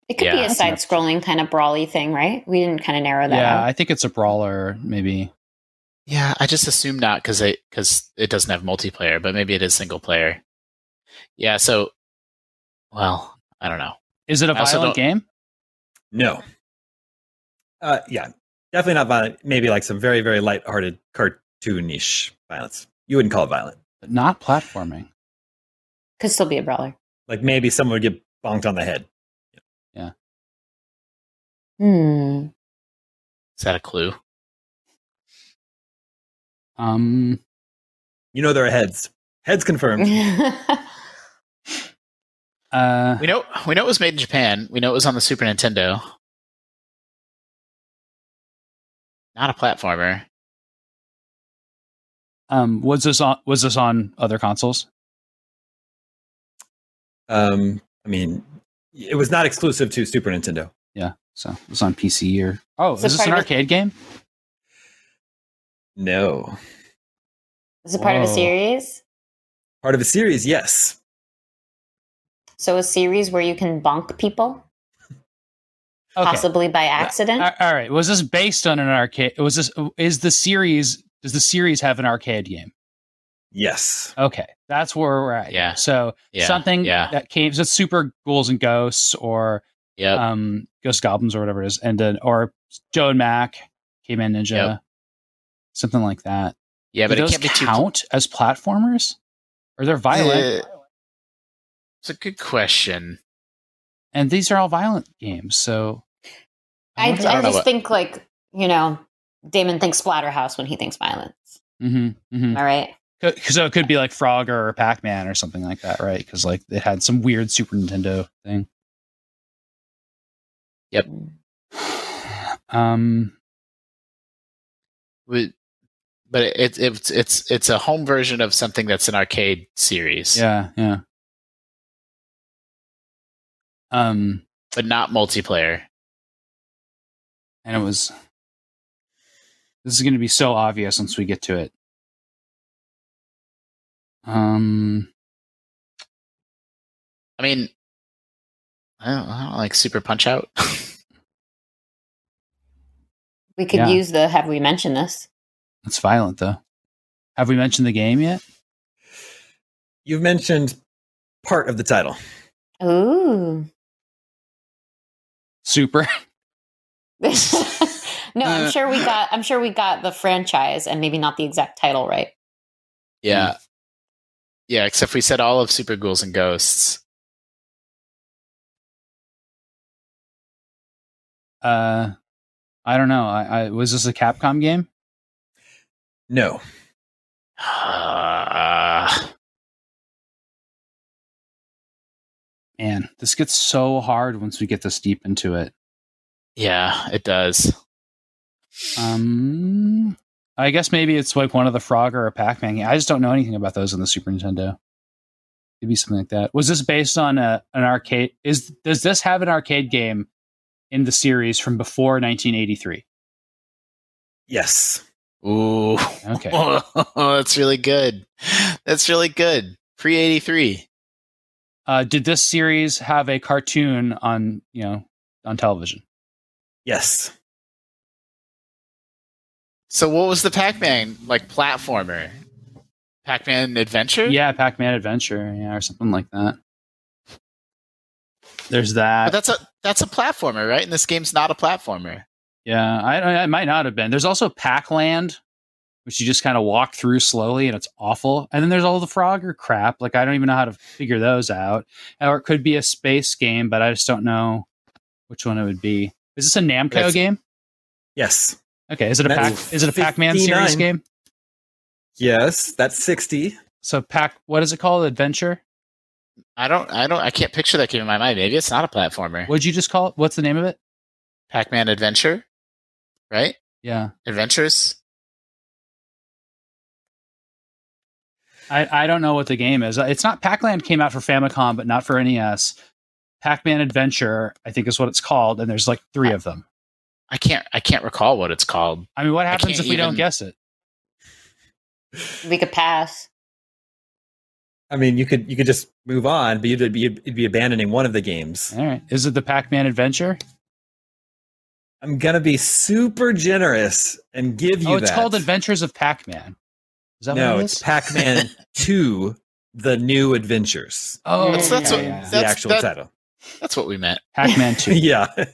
S2: It could
S3: Yeah.
S2: be a side scrolling kind of brawly thing, right? We didn't kind of narrow that
S4: Yeah,
S2: out.
S4: I think it's a brawler, maybe.
S3: Yeah, I just assume not because it because it doesn't have multiplayer, but maybe it is single player. Yeah, so well, I don't know.
S4: Is it a
S3: I also
S4: violent
S3: don't-
S4: game?
S1: No. Uh, yeah, definitely not violent. Maybe like some very, very light-hearted cartoonish violence. You wouldn't call it violent.
S4: But not platforming.
S2: Could still be a brawler.
S1: Like maybe someone would get bonked on the head.
S2: Hmm.
S3: Is that a clue?
S4: Um,
S1: You know there are heads. Heads confirmed.
S4: uh,
S3: We know we know it was made in Japan. We know it was on the Super Nintendo. Not a platformer.
S4: um, was this on? Was this on other consoles?
S1: Um, I mean, it was not exclusive to Super Nintendo.
S4: Yeah, so it was on PC or oh,
S2: So
S4: is this
S2: part
S4: an
S2: of it-
S4: arcade game?
S1: No.
S2: Is it part of a
S4: Whoa.
S2: series?
S1: Part of a series, yes.
S2: So a series where you can bonk people,
S4: Okay,
S2: possibly by accident.
S4: A- all right. Was this based on an arcade? Was this is the series? Does the series have an arcade game?
S1: Yes.
S4: Okay, that's where we're at.
S3: Yeah.
S4: So
S3: Yeah.
S4: something
S3: Yeah.
S4: that came, so it's Super Ghouls and Ghosts or
S3: Yep.
S4: um Ghost Goblins or whatever it is, and then or Joe and Mac, K Man Ninja,
S3: Yep.
S4: something like that.
S3: yeah, but
S4: Do
S3: it
S4: those
S3: can't be too
S4: count as platformers, or they're violent.
S3: Uh, It's a good question.
S4: and these are all violent games, so
S2: I,
S3: I don't
S2: I
S3: know
S2: just
S3: what-
S2: think like you know, Damon thinks Splatterhouse when he thinks violence.
S4: mhm, mhm.
S2: Am I right?
S4: Co- so it could be like Frogger or Pac Man or something like that, right? Because like it had some weird Super Nintendo thing.
S3: Yep.
S4: Um.
S3: We- But it, it, it's it's it's a home version of something that's an arcade series,
S4: Yeah. Yeah. Um.
S3: but not multiplayer.
S4: And it was. This is going to be so obvious once we get to it. Um.
S3: I mean, I don't, I don't like Super Punch Out.
S2: We could
S4: Yeah.
S2: use the have we mentioned this?
S4: It's violent though. Have we mentioned the game yet?
S1: You've mentioned part of the title.
S2: Ooh.
S4: Super.
S2: no, I'm
S4: Uh.
S2: sure we got I'm sure we got the franchise and maybe not the exact title right.
S4: Hmm.
S3: yeah, yeah. Except we said all of Super Ghouls and Ghosts.
S4: Uh. I don't know. I, I was this a Capcom game?
S1: No.
S3: Uh,
S4: Man, this gets so hard once we get this deep into it.
S3: yeah, it does.
S4: Um, I guess maybe it's like one of the Frog or a Pac Man. I just don't know anything about those on the Super Nintendo. It'd be something like that. Was this based on a, an arcade? Is does this have an arcade game in the series from before 1983?
S1: Yes.
S3: Ooh,
S4: Okay,
S3: that's really good. That's really good. Pre eighty three.
S4: uh, did this series have a cartoon on you know on television?
S1: Yes.
S3: So what was the Pac Man like platformer? Pac Man Adventure.
S4: Yeah, Pac Man Adventure, yeah, or something like that. There's
S3: But
S4: that.
S3: that's a that's a platformer, right? And this game's not a platformer.
S4: Yeah, I, I it might not have been. There's also Packland, which you just kind of walk through slowly, and it's awful. And then there's all the Frogger crap. Like I don't even know how to figure those out. Or it could be a space game, but I just don't know which one it would be. Is this a Namco
S3: That's-
S4: game?
S1: Yes.
S4: Okay, is it a
S1: That's
S4: pac? Is it a Pac-Man series
S1: 59.
S4: game?
S1: Yes. That's 60.
S4: So Pac, what is it called? Adventure?
S3: I don't I don't I can't picture that game in my mind. Maybe it's not a platformer.
S4: What'd you just call it? What's the name of it?
S3: Pac Man Adventure, right?
S4: Yeah,
S3: Adventures.
S4: I, I don't know what the game is. It's not Pac-Land came out for Famicom, but not for NES. Pac-Man Adventure, I think, is what it's called, and there's like three of them.
S3: I can't I can't recall what it's called.
S4: I mean, what
S3: I
S4: happens
S3: can't
S4: if we don't
S3: even-
S4: guess it?
S2: We could pass.
S1: I mean, you could you could just move on, but you'd be you'd be abandoning one of the games.
S4: All right. Is it the Pac Man Adventure?
S1: I'm gonna be super generous and give you.
S4: Oh, it's
S1: that.
S4: called Adventures of Pac Man. Is that
S1: no,
S4: what it
S1: it's
S4: is?
S1: Pac-Man Two: The New Adventures.
S4: oh,
S2: That's-
S3: that's
S4: yeah,
S3: what-
S4: yeah.
S1: The
S3: That's-
S1: actual
S3: that-
S1: title.
S3: That's what we meant.
S4: Pac Man 2.
S1: yeah, but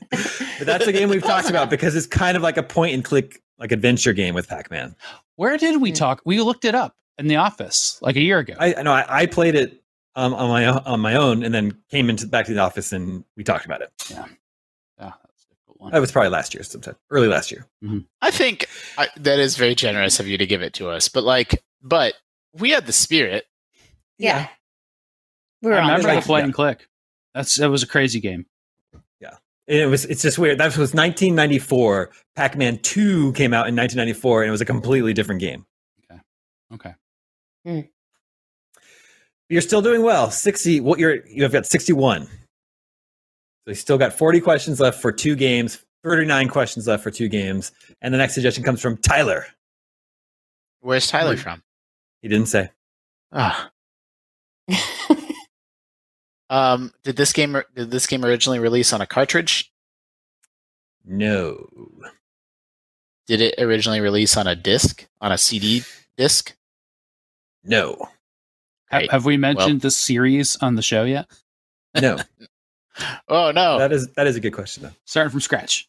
S1: that's a game we've talked about because it's kind of like a point and click like adventure game with Pac-Man.
S4: Where did we
S2: Hmm.
S4: talk? We looked it up in the office like a year ago.
S1: I I know I, I played it um, on my o- on my own and then came into back to the office and we talked about it.
S4: Yeah, that's a good one.
S1: That Oh, was probably last year, sometime early last year.
S3: I think I, that is very generous of you to give it to us, but like, but we had the spirit.
S2: Yeah.
S1: Yeah.
S2: We were
S4: I
S2: on
S4: remember
S1: like-
S4: the point
S1: yeah.
S4: and click. That's that was a crazy game.
S1: It was it's just weird. That was 1994. Pac-Man 2 came out in 1994 and it was a completely different game.
S4: Okay.
S1: You're still doing well. 60 what you're you've got 61. So you still got 40 questions left for two games, 39 questions left for two games. And the next suggestion comes from Tyler.
S3: Where's Tyler
S1: Hmm.
S3: from?
S1: He didn't say.
S3: Ah. um, did this game did this game originally release on a cartridge?
S1: No.
S3: Did it originally release on a disc? On a CD disc?
S1: No.
S4: Ha-
S3: Great.
S4: Have we mentioned this series on the show yet?
S1: No.
S3: Oh no.
S1: That is that is a good question though.
S4: Starting from scratch.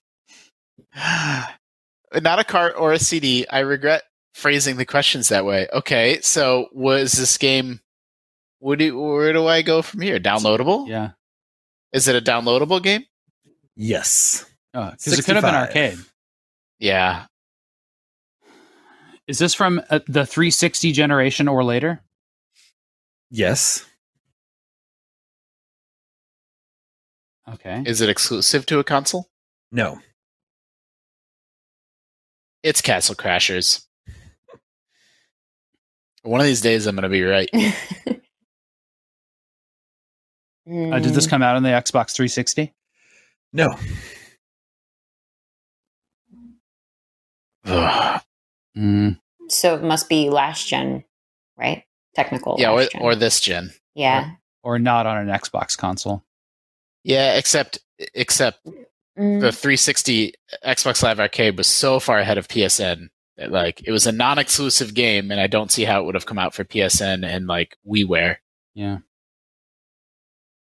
S3: Not a cart or a CD. I regret phrasing the questions that way. Okay, so was this game? What do, where do I go from here? Downloadable?
S4: Yeah.
S3: Is it a downloadable game?
S1: Yes.
S4: Because Uh, it could have been
S1: 65.
S4: arcade.
S3: Yeah.
S4: Mm-hmm. Is this from uh, the 360 generation or later?
S1: Yes.
S4: Okay.
S3: Is it exclusive to a console?
S1: No.
S3: It's Castle Crashers. One of these days, I'm going to be right.
S4: Uh, did this
S2: Mm.
S4: come out on the Xbox 360?
S1: No.
S3: Ugh.
S4: Mm.
S2: so it must be last gen, right? Technical.
S3: yeah, or,
S2: last gen.
S3: or this gen.
S2: yeah.
S4: Or not on an Xbox console?
S3: Yeah, except except
S2: Mm.
S3: the 360 Xbox Live Arcade was so far ahead of PSN that like it was a non-exclusive game, and I don't see how it would have come out for PSN and like WiiWare.
S4: Yeah.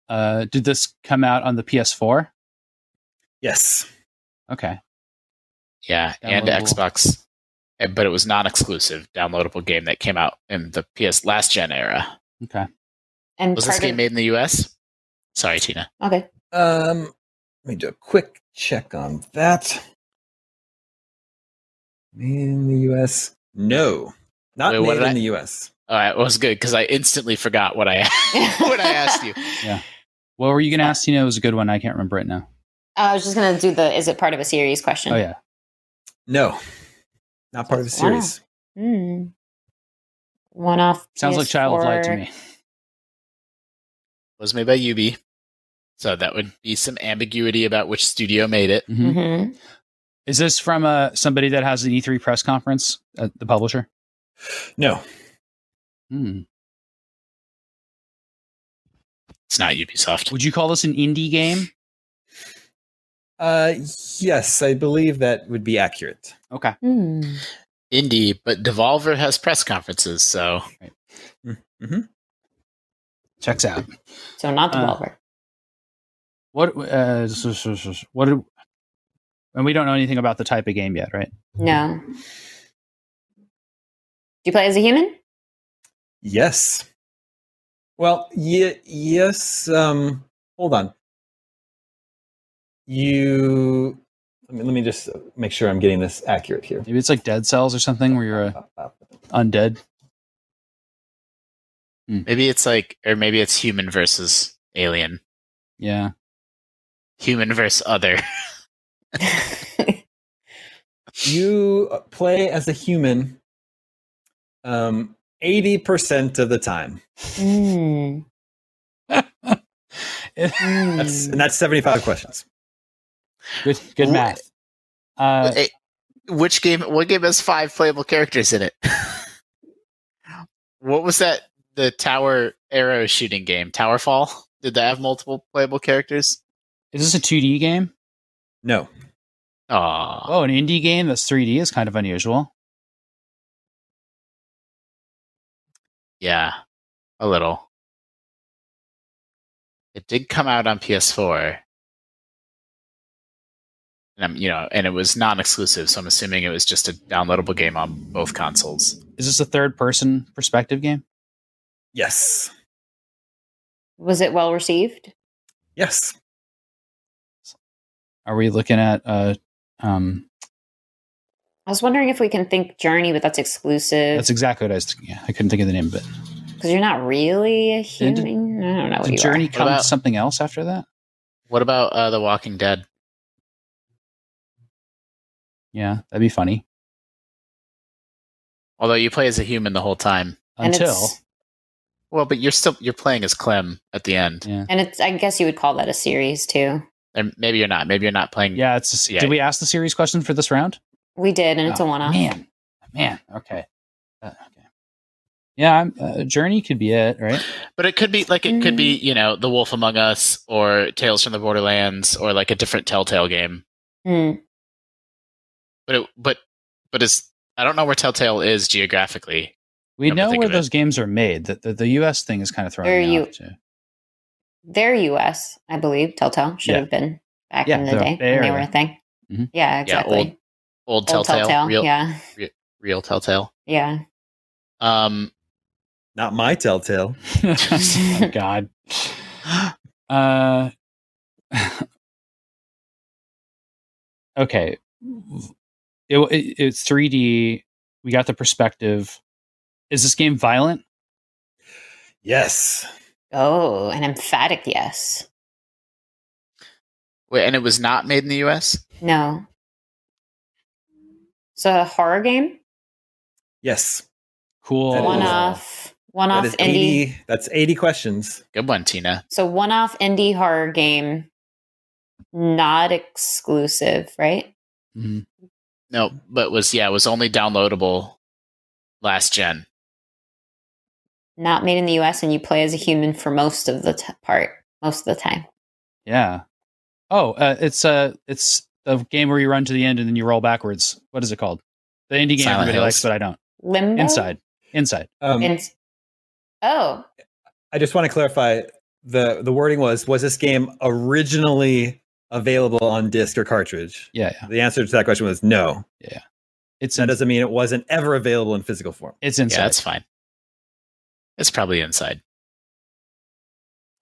S4: Uh, did this come out on the PS4?
S1: Yes.
S4: Okay.
S3: Yeah, and
S4: Downloadable.
S3: Xbox, And- but it was non-exclusive downloadable game that came out in the PS last gen era.
S4: Okay.
S2: and
S3: Was this
S2: part
S3: game
S2: of-
S3: made in the U.S.? Sorry, Tina.
S2: okay.
S1: Um let me do a quick check on that. In the US. No. Not
S3: Wait, what
S1: made
S3: did
S1: in
S3: I-
S1: the US.
S3: All right, well, Uh, it was good because I instantly forgot what I what I asked you.
S4: What were you going to ask? You know, it was a good one. I can't remember it now.
S2: I was just gonna do the is it part of a series question.
S4: Oh, yeah.
S1: No. Not part of the series.
S2: Mm. One off.
S4: Sounds like Child of Light to
S2: PS4.
S4: me.
S3: was made by Ubi. So that would be some ambiguity about which studio made it.
S4: Mhm.
S2: Mhm.
S4: Is this from uh, somebody that has an E3 press conference, uh, the publisher?
S1: No.
S4: Hmm.
S3: It's not Ubisoft.
S4: Would you call this an indie game?
S1: Uh yes, I believe that would be accurate.
S4: Okay.
S2: Mm.
S3: Indie, but Devolver has press conferences, so
S4: Checks out.
S2: So not the
S4: Uh,
S2: Devolver.
S4: What? Uh, s- s- s- s- what? do- And we don't know anything about the type of game yet, right?
S2: No. Do you play as a human?
S1: Yes. Well, ye- yes. Um, hold on. You. Let me, let me just make sure I'm getting this accurate here.
S4: Maybe it's like Dead Cells or something, where you're a undead.
S3: maybe it's like, or maybe it's human versus alien,
S4: Yeah.
S3: human versus other.
S1: You play as a human. Um, eighty percent of the time.
S2: Mm.
S1: That's
S2: Mm.
S1: and that's seventy-five questions.
S4: Good. Good
S3: Wh-
S4: math. Uh,
S3: Eh, Which game? What game has five playable characters in it? what was that the tower arrow shooting game, Towerfall? Did that have multiple playable characters?
S4: Is this a 2D game?
S1: No.
S3: Aw.
S4: Oh, an indie game that's 3D is kind of unusual.
S3: Yeah, a little. It did come out on PS4, and I'm, you know, and it was non-exclusive, so I'm assuming it was just a downloadable game on both consoles.
S4: Is this a third person perspective game?
S1: Yes.
S2: Was it well received?
S1: Yes.
S4: Are we looking at uh um
S2: I was wondering if we can think Journey, but that's exclusive
S4: that's exactly what I was thinking. I couldn't think of the name, but
S2: because you're not really a human. I don't know what
S4: did
S2: you
S4: Journey
S2: are.
S4: come
S3: about-
S4: something else after that?
S3: What about uh, The Walking Dead?
S4: Yeah, that'd be funny.
S3: Although you play as a human the whole time.
S2: And
S4: Until
S2: it's-
S3: Well, but you're still you're playing as Clem at the end,
S2: And it's I guess you would call that a series too.
S3: and maybe you're not. Maybe you're not playing.
S4: yeah, it's
S3: Yeah.
S4: did we ask the series question for this round?
S2: We did, and it's a
S4: Oh,
S2: one off.
S4: Man, man, okay, Uh, okay. Yeah, I'm, uh, Journey could be it, right?
S3: But it could be like it could be you know The Wolf Among Us or Tales from the Borderlands or like a different Telltale game.
S2: Hmm.
S3: But it, but but it's I don't know where Telltale is geographically.
S4: We
S3: Come to
S4: know
S3: think
S4: where
S3: of it.
S4: those games are made. The, the, the U.S. thing is kind of throwing
S2: Where are
S4: me
S2: you-
S4: off too.
S2: They're US, I believe. Telltale should
S4: Yeah.
S2: have been back
S4: Yeah,
S2: in the
S4: they're
S2: day
S4: Bay
S2: when they were
S4: Area.
S2: a thing.
S4: Mhm.
S2: Yeah, exactly.
S3: old- Old, Telltale, real
S2: Yeah,
S3: real Telltale.
S2: yeah.
S3: Um,
S1: Not my telltale.
S4: oh, my God. Uh, okay. It, it, it's 3D. We got the perspective. Is this game violent?
S1: Yes.
S2: Oh, an emphatic yes.
S3: wait, and it was not made in the U.S.
S2: No. So a horror game,
S1: Yes.
S4: Cool.
S1: That is-
S2: one off, one
S1: That
S2: off
S1: is
S2: indie.
S1: 80, that's 80 questions.
S3: Good one, Tina.
S2: So one off indie horror game, not exclusive, right?
S4: Mhm.
S3: No, but was yeah was only downloadable last gen.
S2: Not made in the U.S. and you play as a human for most of the t- part, most of the time.
S4: Yeah. Oh, uh, it's uh, it's the game where you run to the end and then you roll backwards. What is it called? The indie game
S3: Silent
S4: everybody
S3: Hills.
S4: likes, but I don't.
S2: Limbo
S4: Inside. Inside.
S1: Um,
S2: And oh,
S1: I just want to clarify the the wording was was this game originally available on disc or cartridge?
S4: Yeah, yeah.
S1: The answer to that question was no.
S4: It's
S2: Hmm.
S1: That
S4: in,
S1: doesn't mean it wasn't ever available in physical form.
S4: it's inside.
S3: Yeah, that's fine. It's probably inside.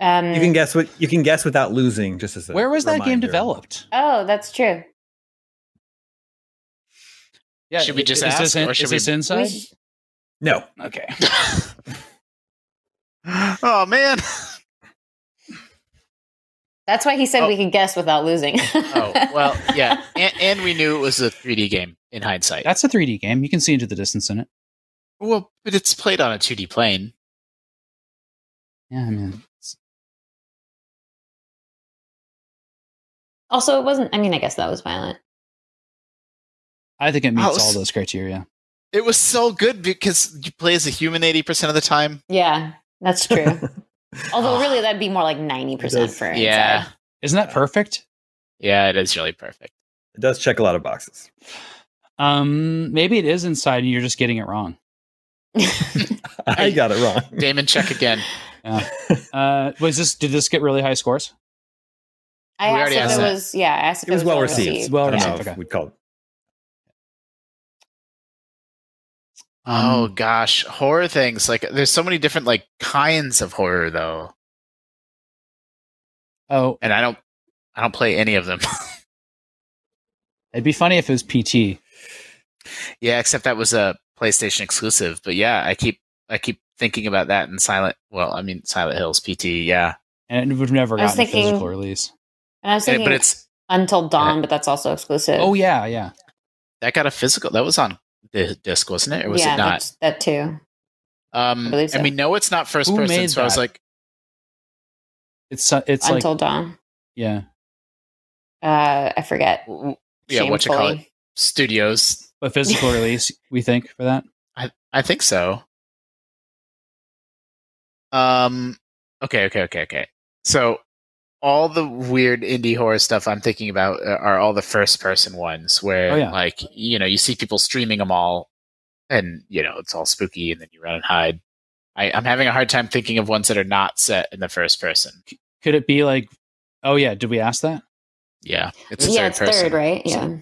S2: um, Hmm.
S1: You can guess what you can guess without losing. Just as a
S4: Where was that game
S1: reminder.
S4: developed?
S2: oh, that's true.
S4: Yeah,
S3: Should we
S4: i-
S3: just
S4: is this
S3: ask,
S4: in-
S3: or should
S4: is this
S3: we-
S2: We
S4: inside?
S2: sh-
S1: No,
S4: okay.
S3: oh man.
S2: that's why he said
S3: Oh.
S2: we could guess without losing.
S3: Oh well, yeah, and, and we knew it was a 3D game in hindsight.
S4: That's a 3D game. You can see into the distance in it.
S3: well, but it's played on a 2D plane.
S4: Yeah, I mean, it's-
S2: Also, it wasn't. I mean, I guess that was violent.
S4: I think it meets
S3: House.
S4: all those criteria.
S3: It was so good because you play as a human 80% of the time.
S2: Yeah, that's true. Although, really, that'd be more like ninety
S1: It
S2: percent
S1: does-
S2: for inside.
S3: Ah. Yeah.
S4: Isn't that perfect?
S3: Yeah, it is really perfect.
S1: it does check a lot of boxes.
S4: Um, maybe it is inside, and you're just getting it wrong.
S1: I got it wrong.
S3: Damon, check again.
S4: Uh, was this? Did this get really high scores?
S2: I
S3: We
S2: asked
S3: already
S2: if
S3: asked
S2: it
S3: that.
S2: was. Yeah, I asked if
S1: It was well received.
S4: It's well
S1: I don't
S4: received.
S1: know
S4: Okay.
S1: if we'd call it.
S4: Um,
S3: oh gosh, horror things. Like there's so many different like kinds of horror though.
S4: Oh,
S3: And I don't I don't play any of them.
S4: it'd be funny if it was PT.
S3: yeah, except that was a PlayStation exclusive. But yeah, I keep I keep thinking about that in Silent well, I mean Silent Hills PT, yeah.
S4: And it would never
S2: I was
S4: gotten a physical
S2: thinking-
S4: release.
S2: And I was
S3: And-
S2: thinking
S3: but it's
S2: Until Dawn, but that's also exclusive.
S4: Oh yeah, yeah.
S3: that got a physical that was on the disc, wasn't it? Or was
S2: yeah,
S3: it not?
S2: that's- that too.
S3: Um
S2: I believe so.
S3: and we know it's not first
S4: Who
S3: person,
S4: made
S3: so I was
S4: that?
S3: like,
S4: It's so- it's
S2: Until
S4: like
S2: Dawn.
S4: yeah.
S2: Uh, I forget.
S3: w- w- yeah, what you call it?
S2: Shamefully.
S3: Studios.
S4: A physical release, we think for that.
S3: I I think so. Um. Okay. Okay. Okay. Okay. So all the weird indie horror stuff I'm thinking about uh, are all the first person ones where,
S4: Oh, yeah.
S3: like, you know, you see people streaming them all, and you know it's all spooky, and then you run and hide. I, I'm having a hard time thinking of ones that are not set in the first person.
S4: Could it be like, oh yeah, did we ask that?
S3: Yeah, it's a
S2: yeah,
S3: third
S2: it's
S3: person.
S2: third, right? Yeah.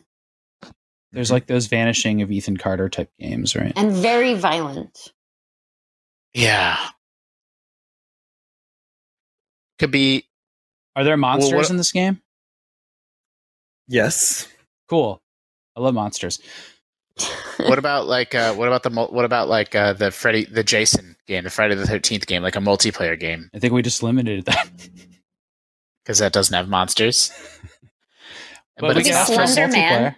S4: There's like those vanishing of Ethan Carter type games, right?
S2: And very violent.
S3: Yeah, could be.
S4: Are there monsters
S3: what-
S4: in this game?
S1: Yes.
S4: Cool. I love monsters.
S3: What about like uh, what about the mul- what about like uh, the Freddy the Jason game, the Friday the Thirteenth game, like a multiplayer game
S4: I think we just limited that.
S3: because that doesn't have monsters.
S2: But
S4: we
S2: it's
S4: can ask for
S2: Slender
S4: multiplayer.
S2: Man.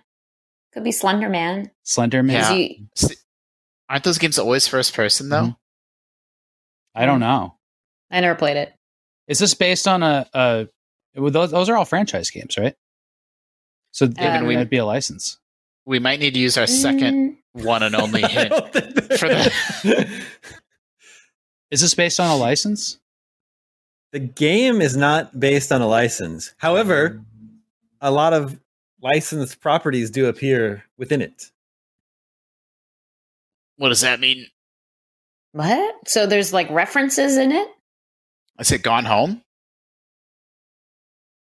S2: Could be Slender Man.
S4: Slender Man.
S3: Yeah.
S2: Is he-
S3: Aren't those games always first person though?
S4: Mhm. I don't know.
S2: I never played it.
S4: Is this based on a? a well, those, those are all franchise games, right? So th-
S2: Yeah, but we-
S4: that'd be a license.
S3: We might need to use our second
S2: Mm,
S3: one and only
S1: I
S3: hint.
S1: don't think-
S3: for
S4: Is this based on a license?
S1: the game is not based on a license. However, a lot of licensed properties do appear within it.
S3: What does that mean?
S2: what? So there's like references in it?
S3: Is it Gone Home?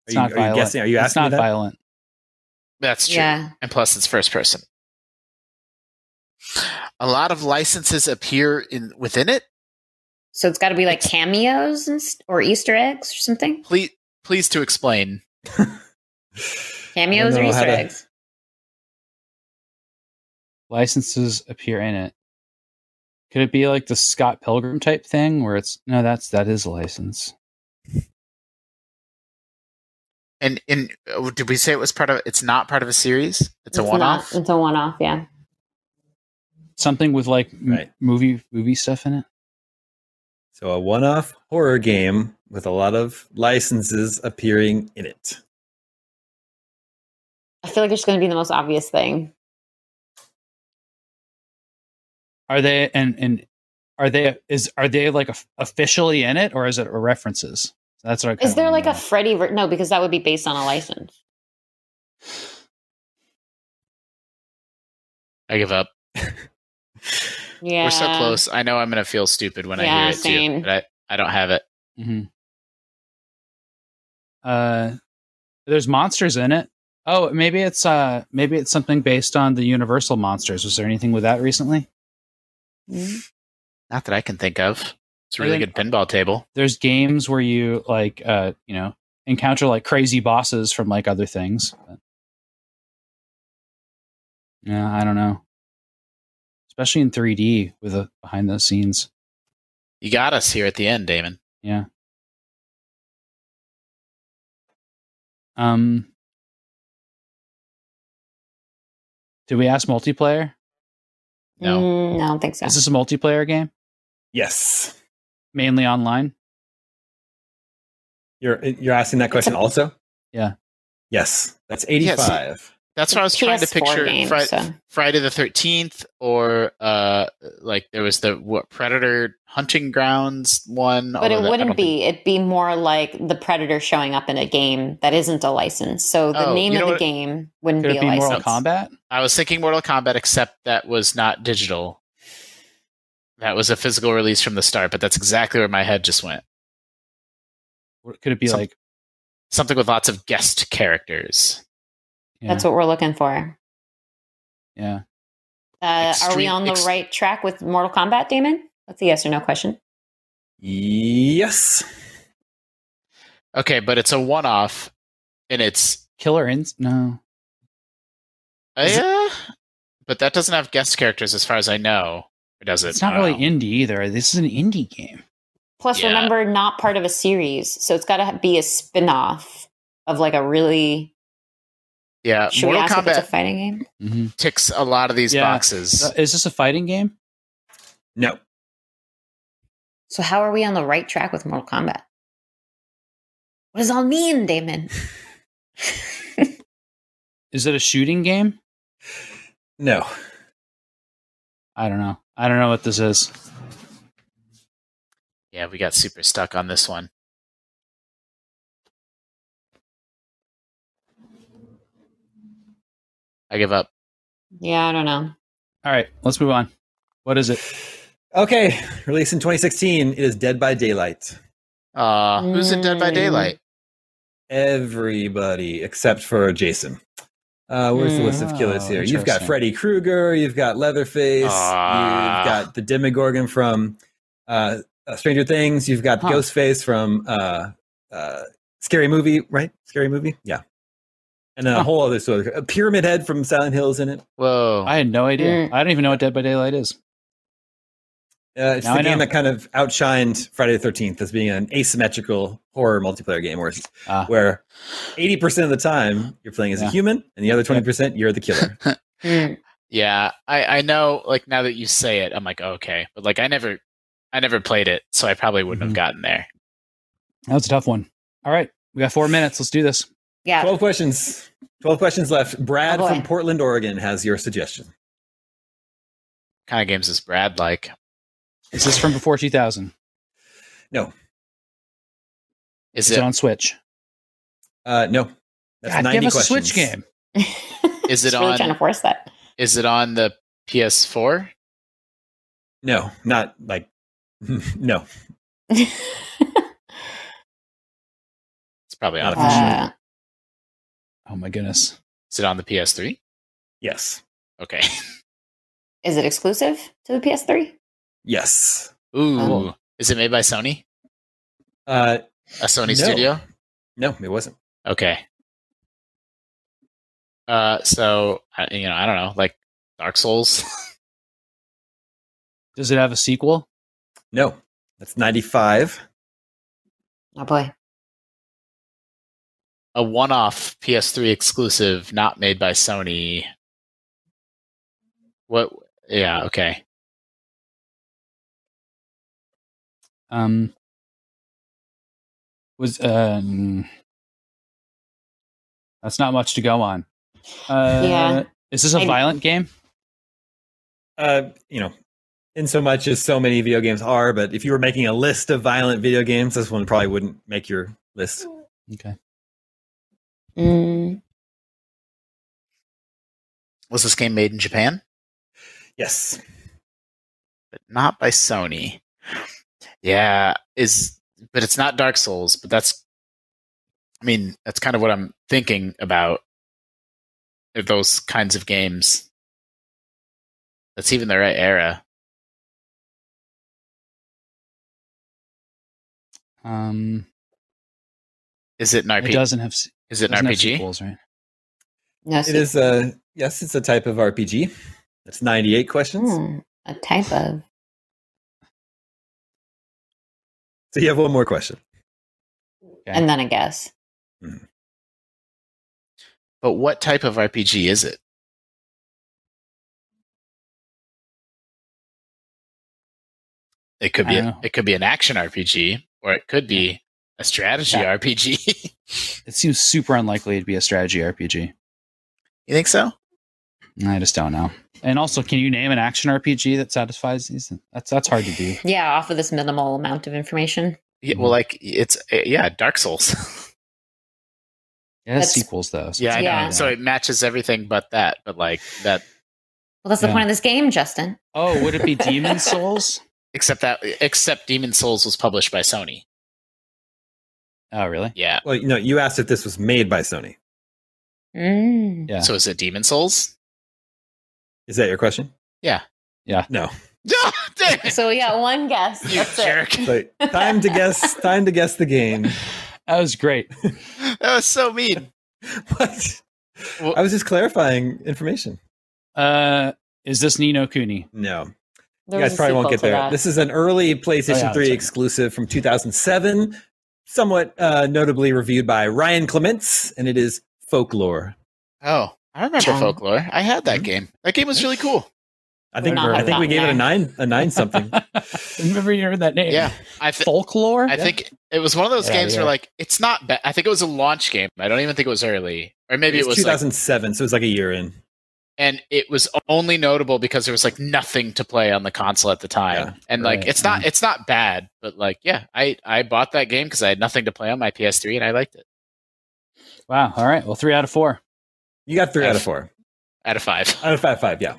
S4: It's
S1: you,
S4: not
S1: are
S4: violent.
S1: you guessing? Are you
S4: it's
S1: asking me
S4: not
S1: that?
S4: violent.
S3: That's true.
S2: Yeah.
S3: And plus, it's first person. A lot of licenses appear in within it.
S2: So it's got to be like cameos and st- or Easter eggs or something.
S3: Please, please to explain.
S2: Cameos
S1: know
S2: or
S1: how
S2: Easter
S1: to-
S2: eggs.
S4: Licenses appear in it. Could it be like the Scott Pilgrim type thing where it's no? That's that is a license.
S3: And in oh, did we say it was part of? It's not part of a series. It's a
S2: not-
S3: one-off.
S2: It's a one off. Yeah.
S4: Something with like m-
S1: Right.
S4: movie movie stuff in it.
S1: So a one-off horror game with a lot of licenses appearing in it.
S2: I feel like it's going to be the most obvious thing.
S4: Are they and and are they is are they like of- officially in it or is it references? That's what I. kinda
S2: Is there
S4: wanna
S2: like a
S3: Um,
S4: know.
S2: Freddy? Ver- no, because that would be based on a license.
S3: I give up.
S2: Yeah.
S3: We're so close. I know I'm gonna feel stupid when I
S2: Yeah,
S3: hear it
S2: same.
S3: too. But I, I don't have it.
S4: hmm Uh, there's monsters in it. Oh, maybe it's uh, maybe it's something based on the Universal monsters. Was there anything with that recently?
S2: Mm-hmm.
S3: Not that I can think of. It's a
S4: I
S3: really
S4: think-
S3: good pinball table.
S4: There's games where you like uh, you know, encounter like crazy bosses from like other things. But- Yeah, I don't know. Especially in 3D with a behind those scenes.
S3: You got us here at the end, Damon.
S4: Yeah. Um. Did we ask multiplayer?
S3: No.
S2: Mm, I don't think so.
S4: Is this a multiplayer game?
S1: Yes.
S4: Mainly online?
S1: You're you're asking that question also?
S4: Yeah.
S1: Yes. That's
S3: Yes.
S1: 85.
S3: That's what I was trying to
S2: PS4
S3: picture.
S2: game,
S3: Fri-
S2: so.
S3: Friday the Thirteenth, or uh, like there was the what Predator Hunting Grounds one.
S2: But
S3: although
S2: it
S3: that- I
S2: wouldn't
S3: don't
S2: be.
S3: think-
S2: It'd be more like the Predator showing up in a game that isn't a license. So the
S3: Oh,
S2: name
S3: you
S2: of
S3: know
S2: the
S3: what-
S2: game wouldn't
S4: Could
S2: be
S4: it
S2: a
S4: be Mortal
S2: license.
S4: Kombat?
S3: I was thinking Mortal Kombat, except that was not digital. That was a physical release from the start, but that's exactly where my head just went.
S4: Or Could it be
S3: Some-
S4: like
S3: Something with lots of guest characters.
S4: yeah,
S2: That's what we're looking for.
S4: yeah.
S2: Uh, are we
S3: Extreme-
S2: on the
S3: ex-
S2: right track with Mortal Kombat, Damon? That's a yes or no question.
S1: Yes.
S3: Okay, but it's a one-off, and it's
S4: Killer Instinct? No. Is it-
S3: yeah, eh, but that doesn't have guest characters as far as I know. Or does it?
S4: It's not
S3: I don't
S4: really
S3: know.
S4: indie either. This is an indie game.
S2: Plus,
S3: Yeah.
S2: remember, not part of a series. So it's got to be a spin off of like a really.
S3: Yeah,
S2: Should
S3: Uh, Mortal
S2: we ask if
S3: Kombat
S2: it's a fighting game?
S4: Mm-hmm.
S3: ticks a lot of these
S4: Yeah.
S3: boxes.
S4: Uh, is this a fighting game?
S1: No.
S2: So, how are we on the right track with Mortal Kombat? What does all mean, Damon?
S4: Is it a shooting game?
S1: No.
S4: I don't know. I don't know what this is.
S3: Yeah, we got super stuck on this one. I give up.
S2: Yeah, I don't know.
S4: All right, let's move on. What is it?
S1: Okay, released in 2016, it is Dead by Daylight.
S3: Uh, Who's in Dead by
S2: Mm.
S3: Daylight?
S1: Everybody except for Jason. Uh, where's the list of killers
S4: Oh,
S1: here? You've got
S4: interesting.
S1: Freddy Krueger, you've got Leatherface,
S3: Ah.
S1: you've got the Demogorgon from uh, uh, Stranger Things, you've got
S4: Huh.
S1: Ghostface from uh, uh, Scary Movie, right? Scary Movie? Yeah. And then a
S4: Huh.
S1: whole other sort of a Pyramid Head from Silent Hills in it.
S3: Whoa.
S4: I had no idea. I don't even know what Dead by Daylight is.
S1: Uh, it's
S4: Now
S1: the
S4: I
S1: game
S4: know.
S1: that kind of outshined Friday the 13th as being an asymmetrical horror multiplayer game where,
S4: Ah.
S1: where 80% of the time you're playing as a
S4: Yeah.
S1: human and the other 20% you're the killer.
S2: Mm.
S3: yeah, I, I know. Like now that you say it, I'm like okay, but like I never, I never played it, so I probably wouldn't have
S4: Mhm.
S3: gotten there.
S4: That was a tough one. All right, we got four minutes. Let's do this.
S2: Yeah.
S1: 12 questions. 12 questions left. Brad
S2: Oh, boy.
S1: from Portland, Oregon has your suggestion.
S3: kind of games is Brad like?
S4: Is this from before 2000?
S3: Is
S4: Is
S3: it
S4: it on Switch?
S1: Uh, no. That's
S4: God,
S1: 90
S4: give us a
S1: questions.
S4: Switch game.
S3: Is it
S2: Just really
S3: on-
S2: trying to force that?
S3: is it on the PS4?
S1: No, not like, no.
S3: It's probably on.
S1: Uh,
S2: Uh,
S4: Oh my goodness.
S3: is it on the PS3?
S1: Yes.
S3: Okay.
S2: is it exclusive to the PS3?
S1: Yes.
S3: Ooh.
S2: Oh.
S3: Is it made by Sony?
S1: Uh,
S3: A Sony
S1: No.
S3: studio?
S1: no, it wasn't.
S3: Okay. Uh, so I- you know, I don't know, like Dark Souls.
S4: Does it have a sequel?
S1: No. That's 95.
S2: Oh boy.
S3: a one-off PS3 exclusive, not made by Sony. What? Yeah. Okay.
S4: Um, was um, that's not much to go on. Uh,
S2: Yeah.
S4: Is this a
S2: I-
S4: violent game?
S1: uh, you know, in so much as so many video games are, but if you were making a list of violent video games, this one probably wouldn't make your list.
S4: Okay.
S2: Mm.
S3: Was this game made in Japan?
S1: Yes.
S3: but not by Sony. Yeah, is but it's not Dark Souls, but that's I mean, that's kind of what I'm thinking about are those kinds of games. That's even the right era.
S4: Um,
S3: Is it an
S4: it
S3: RPG?
S4: doesn't have. se-
S3: Is it an
S4: doesn't have
S3: RPG?
S4: sequels, right?
S2: No,
S1: It is a yes, it's a type of RPG. That's 98 questions.
S2: Hmm. a type of.
S1: So you have one more question.
S4: Okay.
S2: And then a guess.
S3: But what type of RPG is it? It could be
S4: I don't
S3: a,
S4: know.
S3: it could be an action RPG or it could be a strategy
S4: Yeah.
S3: RPG.
S4: It seems super unlikely to be a strategy RPG.
S3: you think so?
S4: I just don't know. And also, can you name an action RPG that satisfies these? That's that's hard to do.
S2: Yeah, off of this minimal amount of information.
S3: Yeah, well, like it's uh, yeah, Dark Souls.
S4: It has
S2: That's-
S4: sequels though. so
S3: yeah, I
S4: it's
S3: know.
S2: Yeah.
S4: not that.
S3: So it matches everything but that. But like that,
S2: Well, that's
S4: Yeah.
S2: the point of this game, Justin.
S4: oh, would it be Demon Souls?
S3: except that, except Demon Souls was published by Sony.
S4: Oh, really?
S3: Yeah.
S1: Well, you know, you asked if this was made by Sony.
S2: Mm.
S4: Yeah.
S3: So is it Demon Souls?
S1: Is that your question?
S3: Yeah.
S4: Yeah.
S1: No.
S3: Damn it.
S2: So we got one guess.
S3: You
S2: That's
S3: jerk.
S2: it.
S1: So time to guess. Time to guess the game.
S4: That was great.
S3: That was so mean.
S1: What?
S3: Well-
S1: I was just clarifying information.
S4: Uh, is this Nino Cooney?
S1: No.
S2: There
S1: you
S2: was
S1: guys
S2: a
S1: probably won't
S2: sequel
S1: get
S2: to
S1: there.
S2: that.
S1: This is an early PlayStation
S4: Oh, yeah,
S1: 3
S4: sorry.
S1: exclusive from 2007, somewhat uh, notably reviewed by Ryan Clements, and it is Folklore.
S3: Oh, I remember
S2: John.
S3: Folklore. I had that game. That game was really cool.
S1: I think
S4: Not
S1: I think we
S2: gotten
S1: gave it
S2: there.
S1: a nine a nine something.
S4: Remember you heard that name?
S3: Yeah. I th-
S4: Folklore.
S3: I think it was one of those
S4: Yeah,
S3: games where
S4: yeah.
S3: like it's not bad. I think it was a launch game. I don't even think it was early, or maybe it was, like
S1: 2007, so it was like a year in.
S3: and it was only notable because there was like nothing to play on the console at the time
S1: Yeah,
S3: and like
S1: right.
S3: it's not it's not bad but like yeah i i bought that game because i had nothing to play on my ps3 and i liked it
S4: Wow. All right. Well, three out of four.
S1: You got three out of
S3: Yes.
S1: four.
S3: out of five
S1: Out of five, five. Yeah,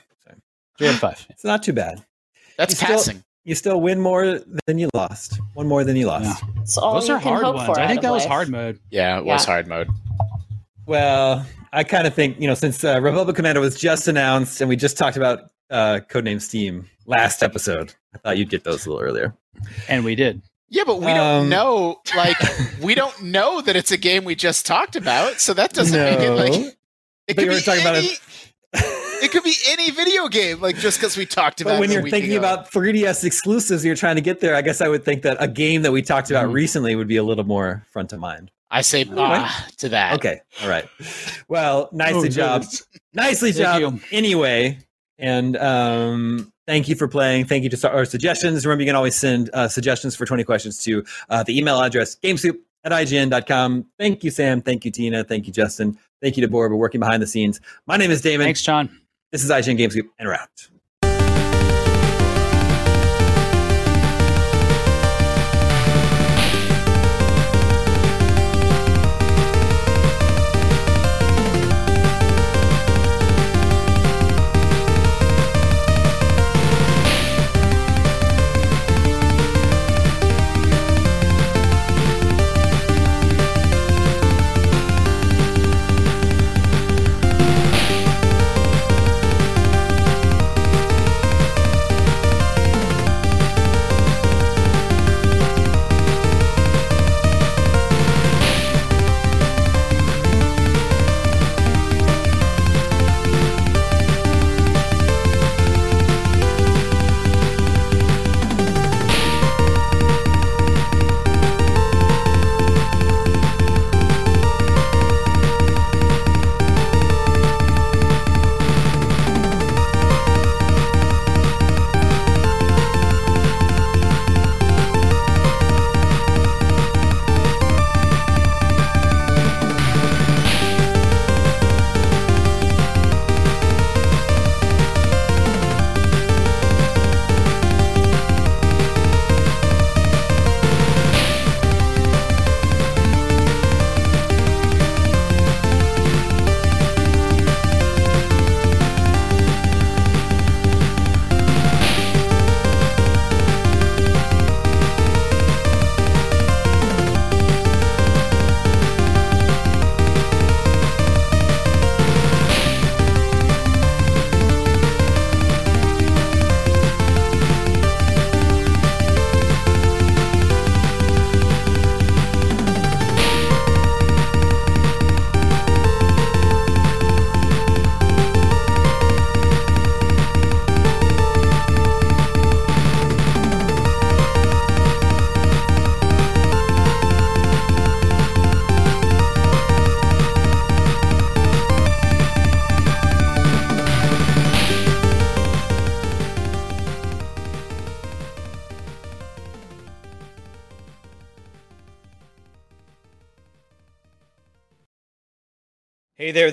S4: Three out of five.
S1: it's not too bad.
S3: that's
S1: You still-
S3: passing
S1: You still win more than you lost. One more than you lost.
S2: It's all
S4: Those
S2: Oh, you
S4: are
S2: can
S4: hard
S2: hope
S4: ones.
S2: for.
S4: I
S2: out
S4: think
S2: of
S4: that was
S2: life.
S4: hard mode.
S3: yeah it was
S2: Yeah.
S3: hard mode
S1: Well, I kind of think you know since uh, Republic Commander was just announced, and we just talked about uh, Codename Steam last episode. I thought you'd get those a little earlier.
S4: And we did.
S3: yeah but we
S1: Um,
S3: don't know like we don't know that it's a game we just talked about so that doesn't make it
S1: No.
S3: like it
S1: But
S3: could
S1: you were
S3: be
S1: talking about
S3: any, it could be any video game like just because we talked about
S1: But when
S3: it a
S1: you're
S3: week
S1: thinking
S3: ago.
S1: about 3DS exclusives, you're trying to get there. I guess I would think that a game that we talked about
S3: Mm-hmm.
S1: recently would be a little more front of mind.
S3: i say bah to that
S1: Okay, all right. Well,
S4: Oh,
S1: nicely job, nicely
S4: Thank
S1: job. Anyway, and um, thank you for playing. Thank you to our suggestions. Remember, you can always send uh, suggestions for 20 questions to uh, the email address gamesoup at ign.com. Thank you, Sam. Thank you, Tina. Thank you, Justin. Thank you to Bora for working behind the scenes. My name is Damon.
S4: Thanks, John.
S1: This is IGN Gamescoop, and we're out.
S6: Hey there,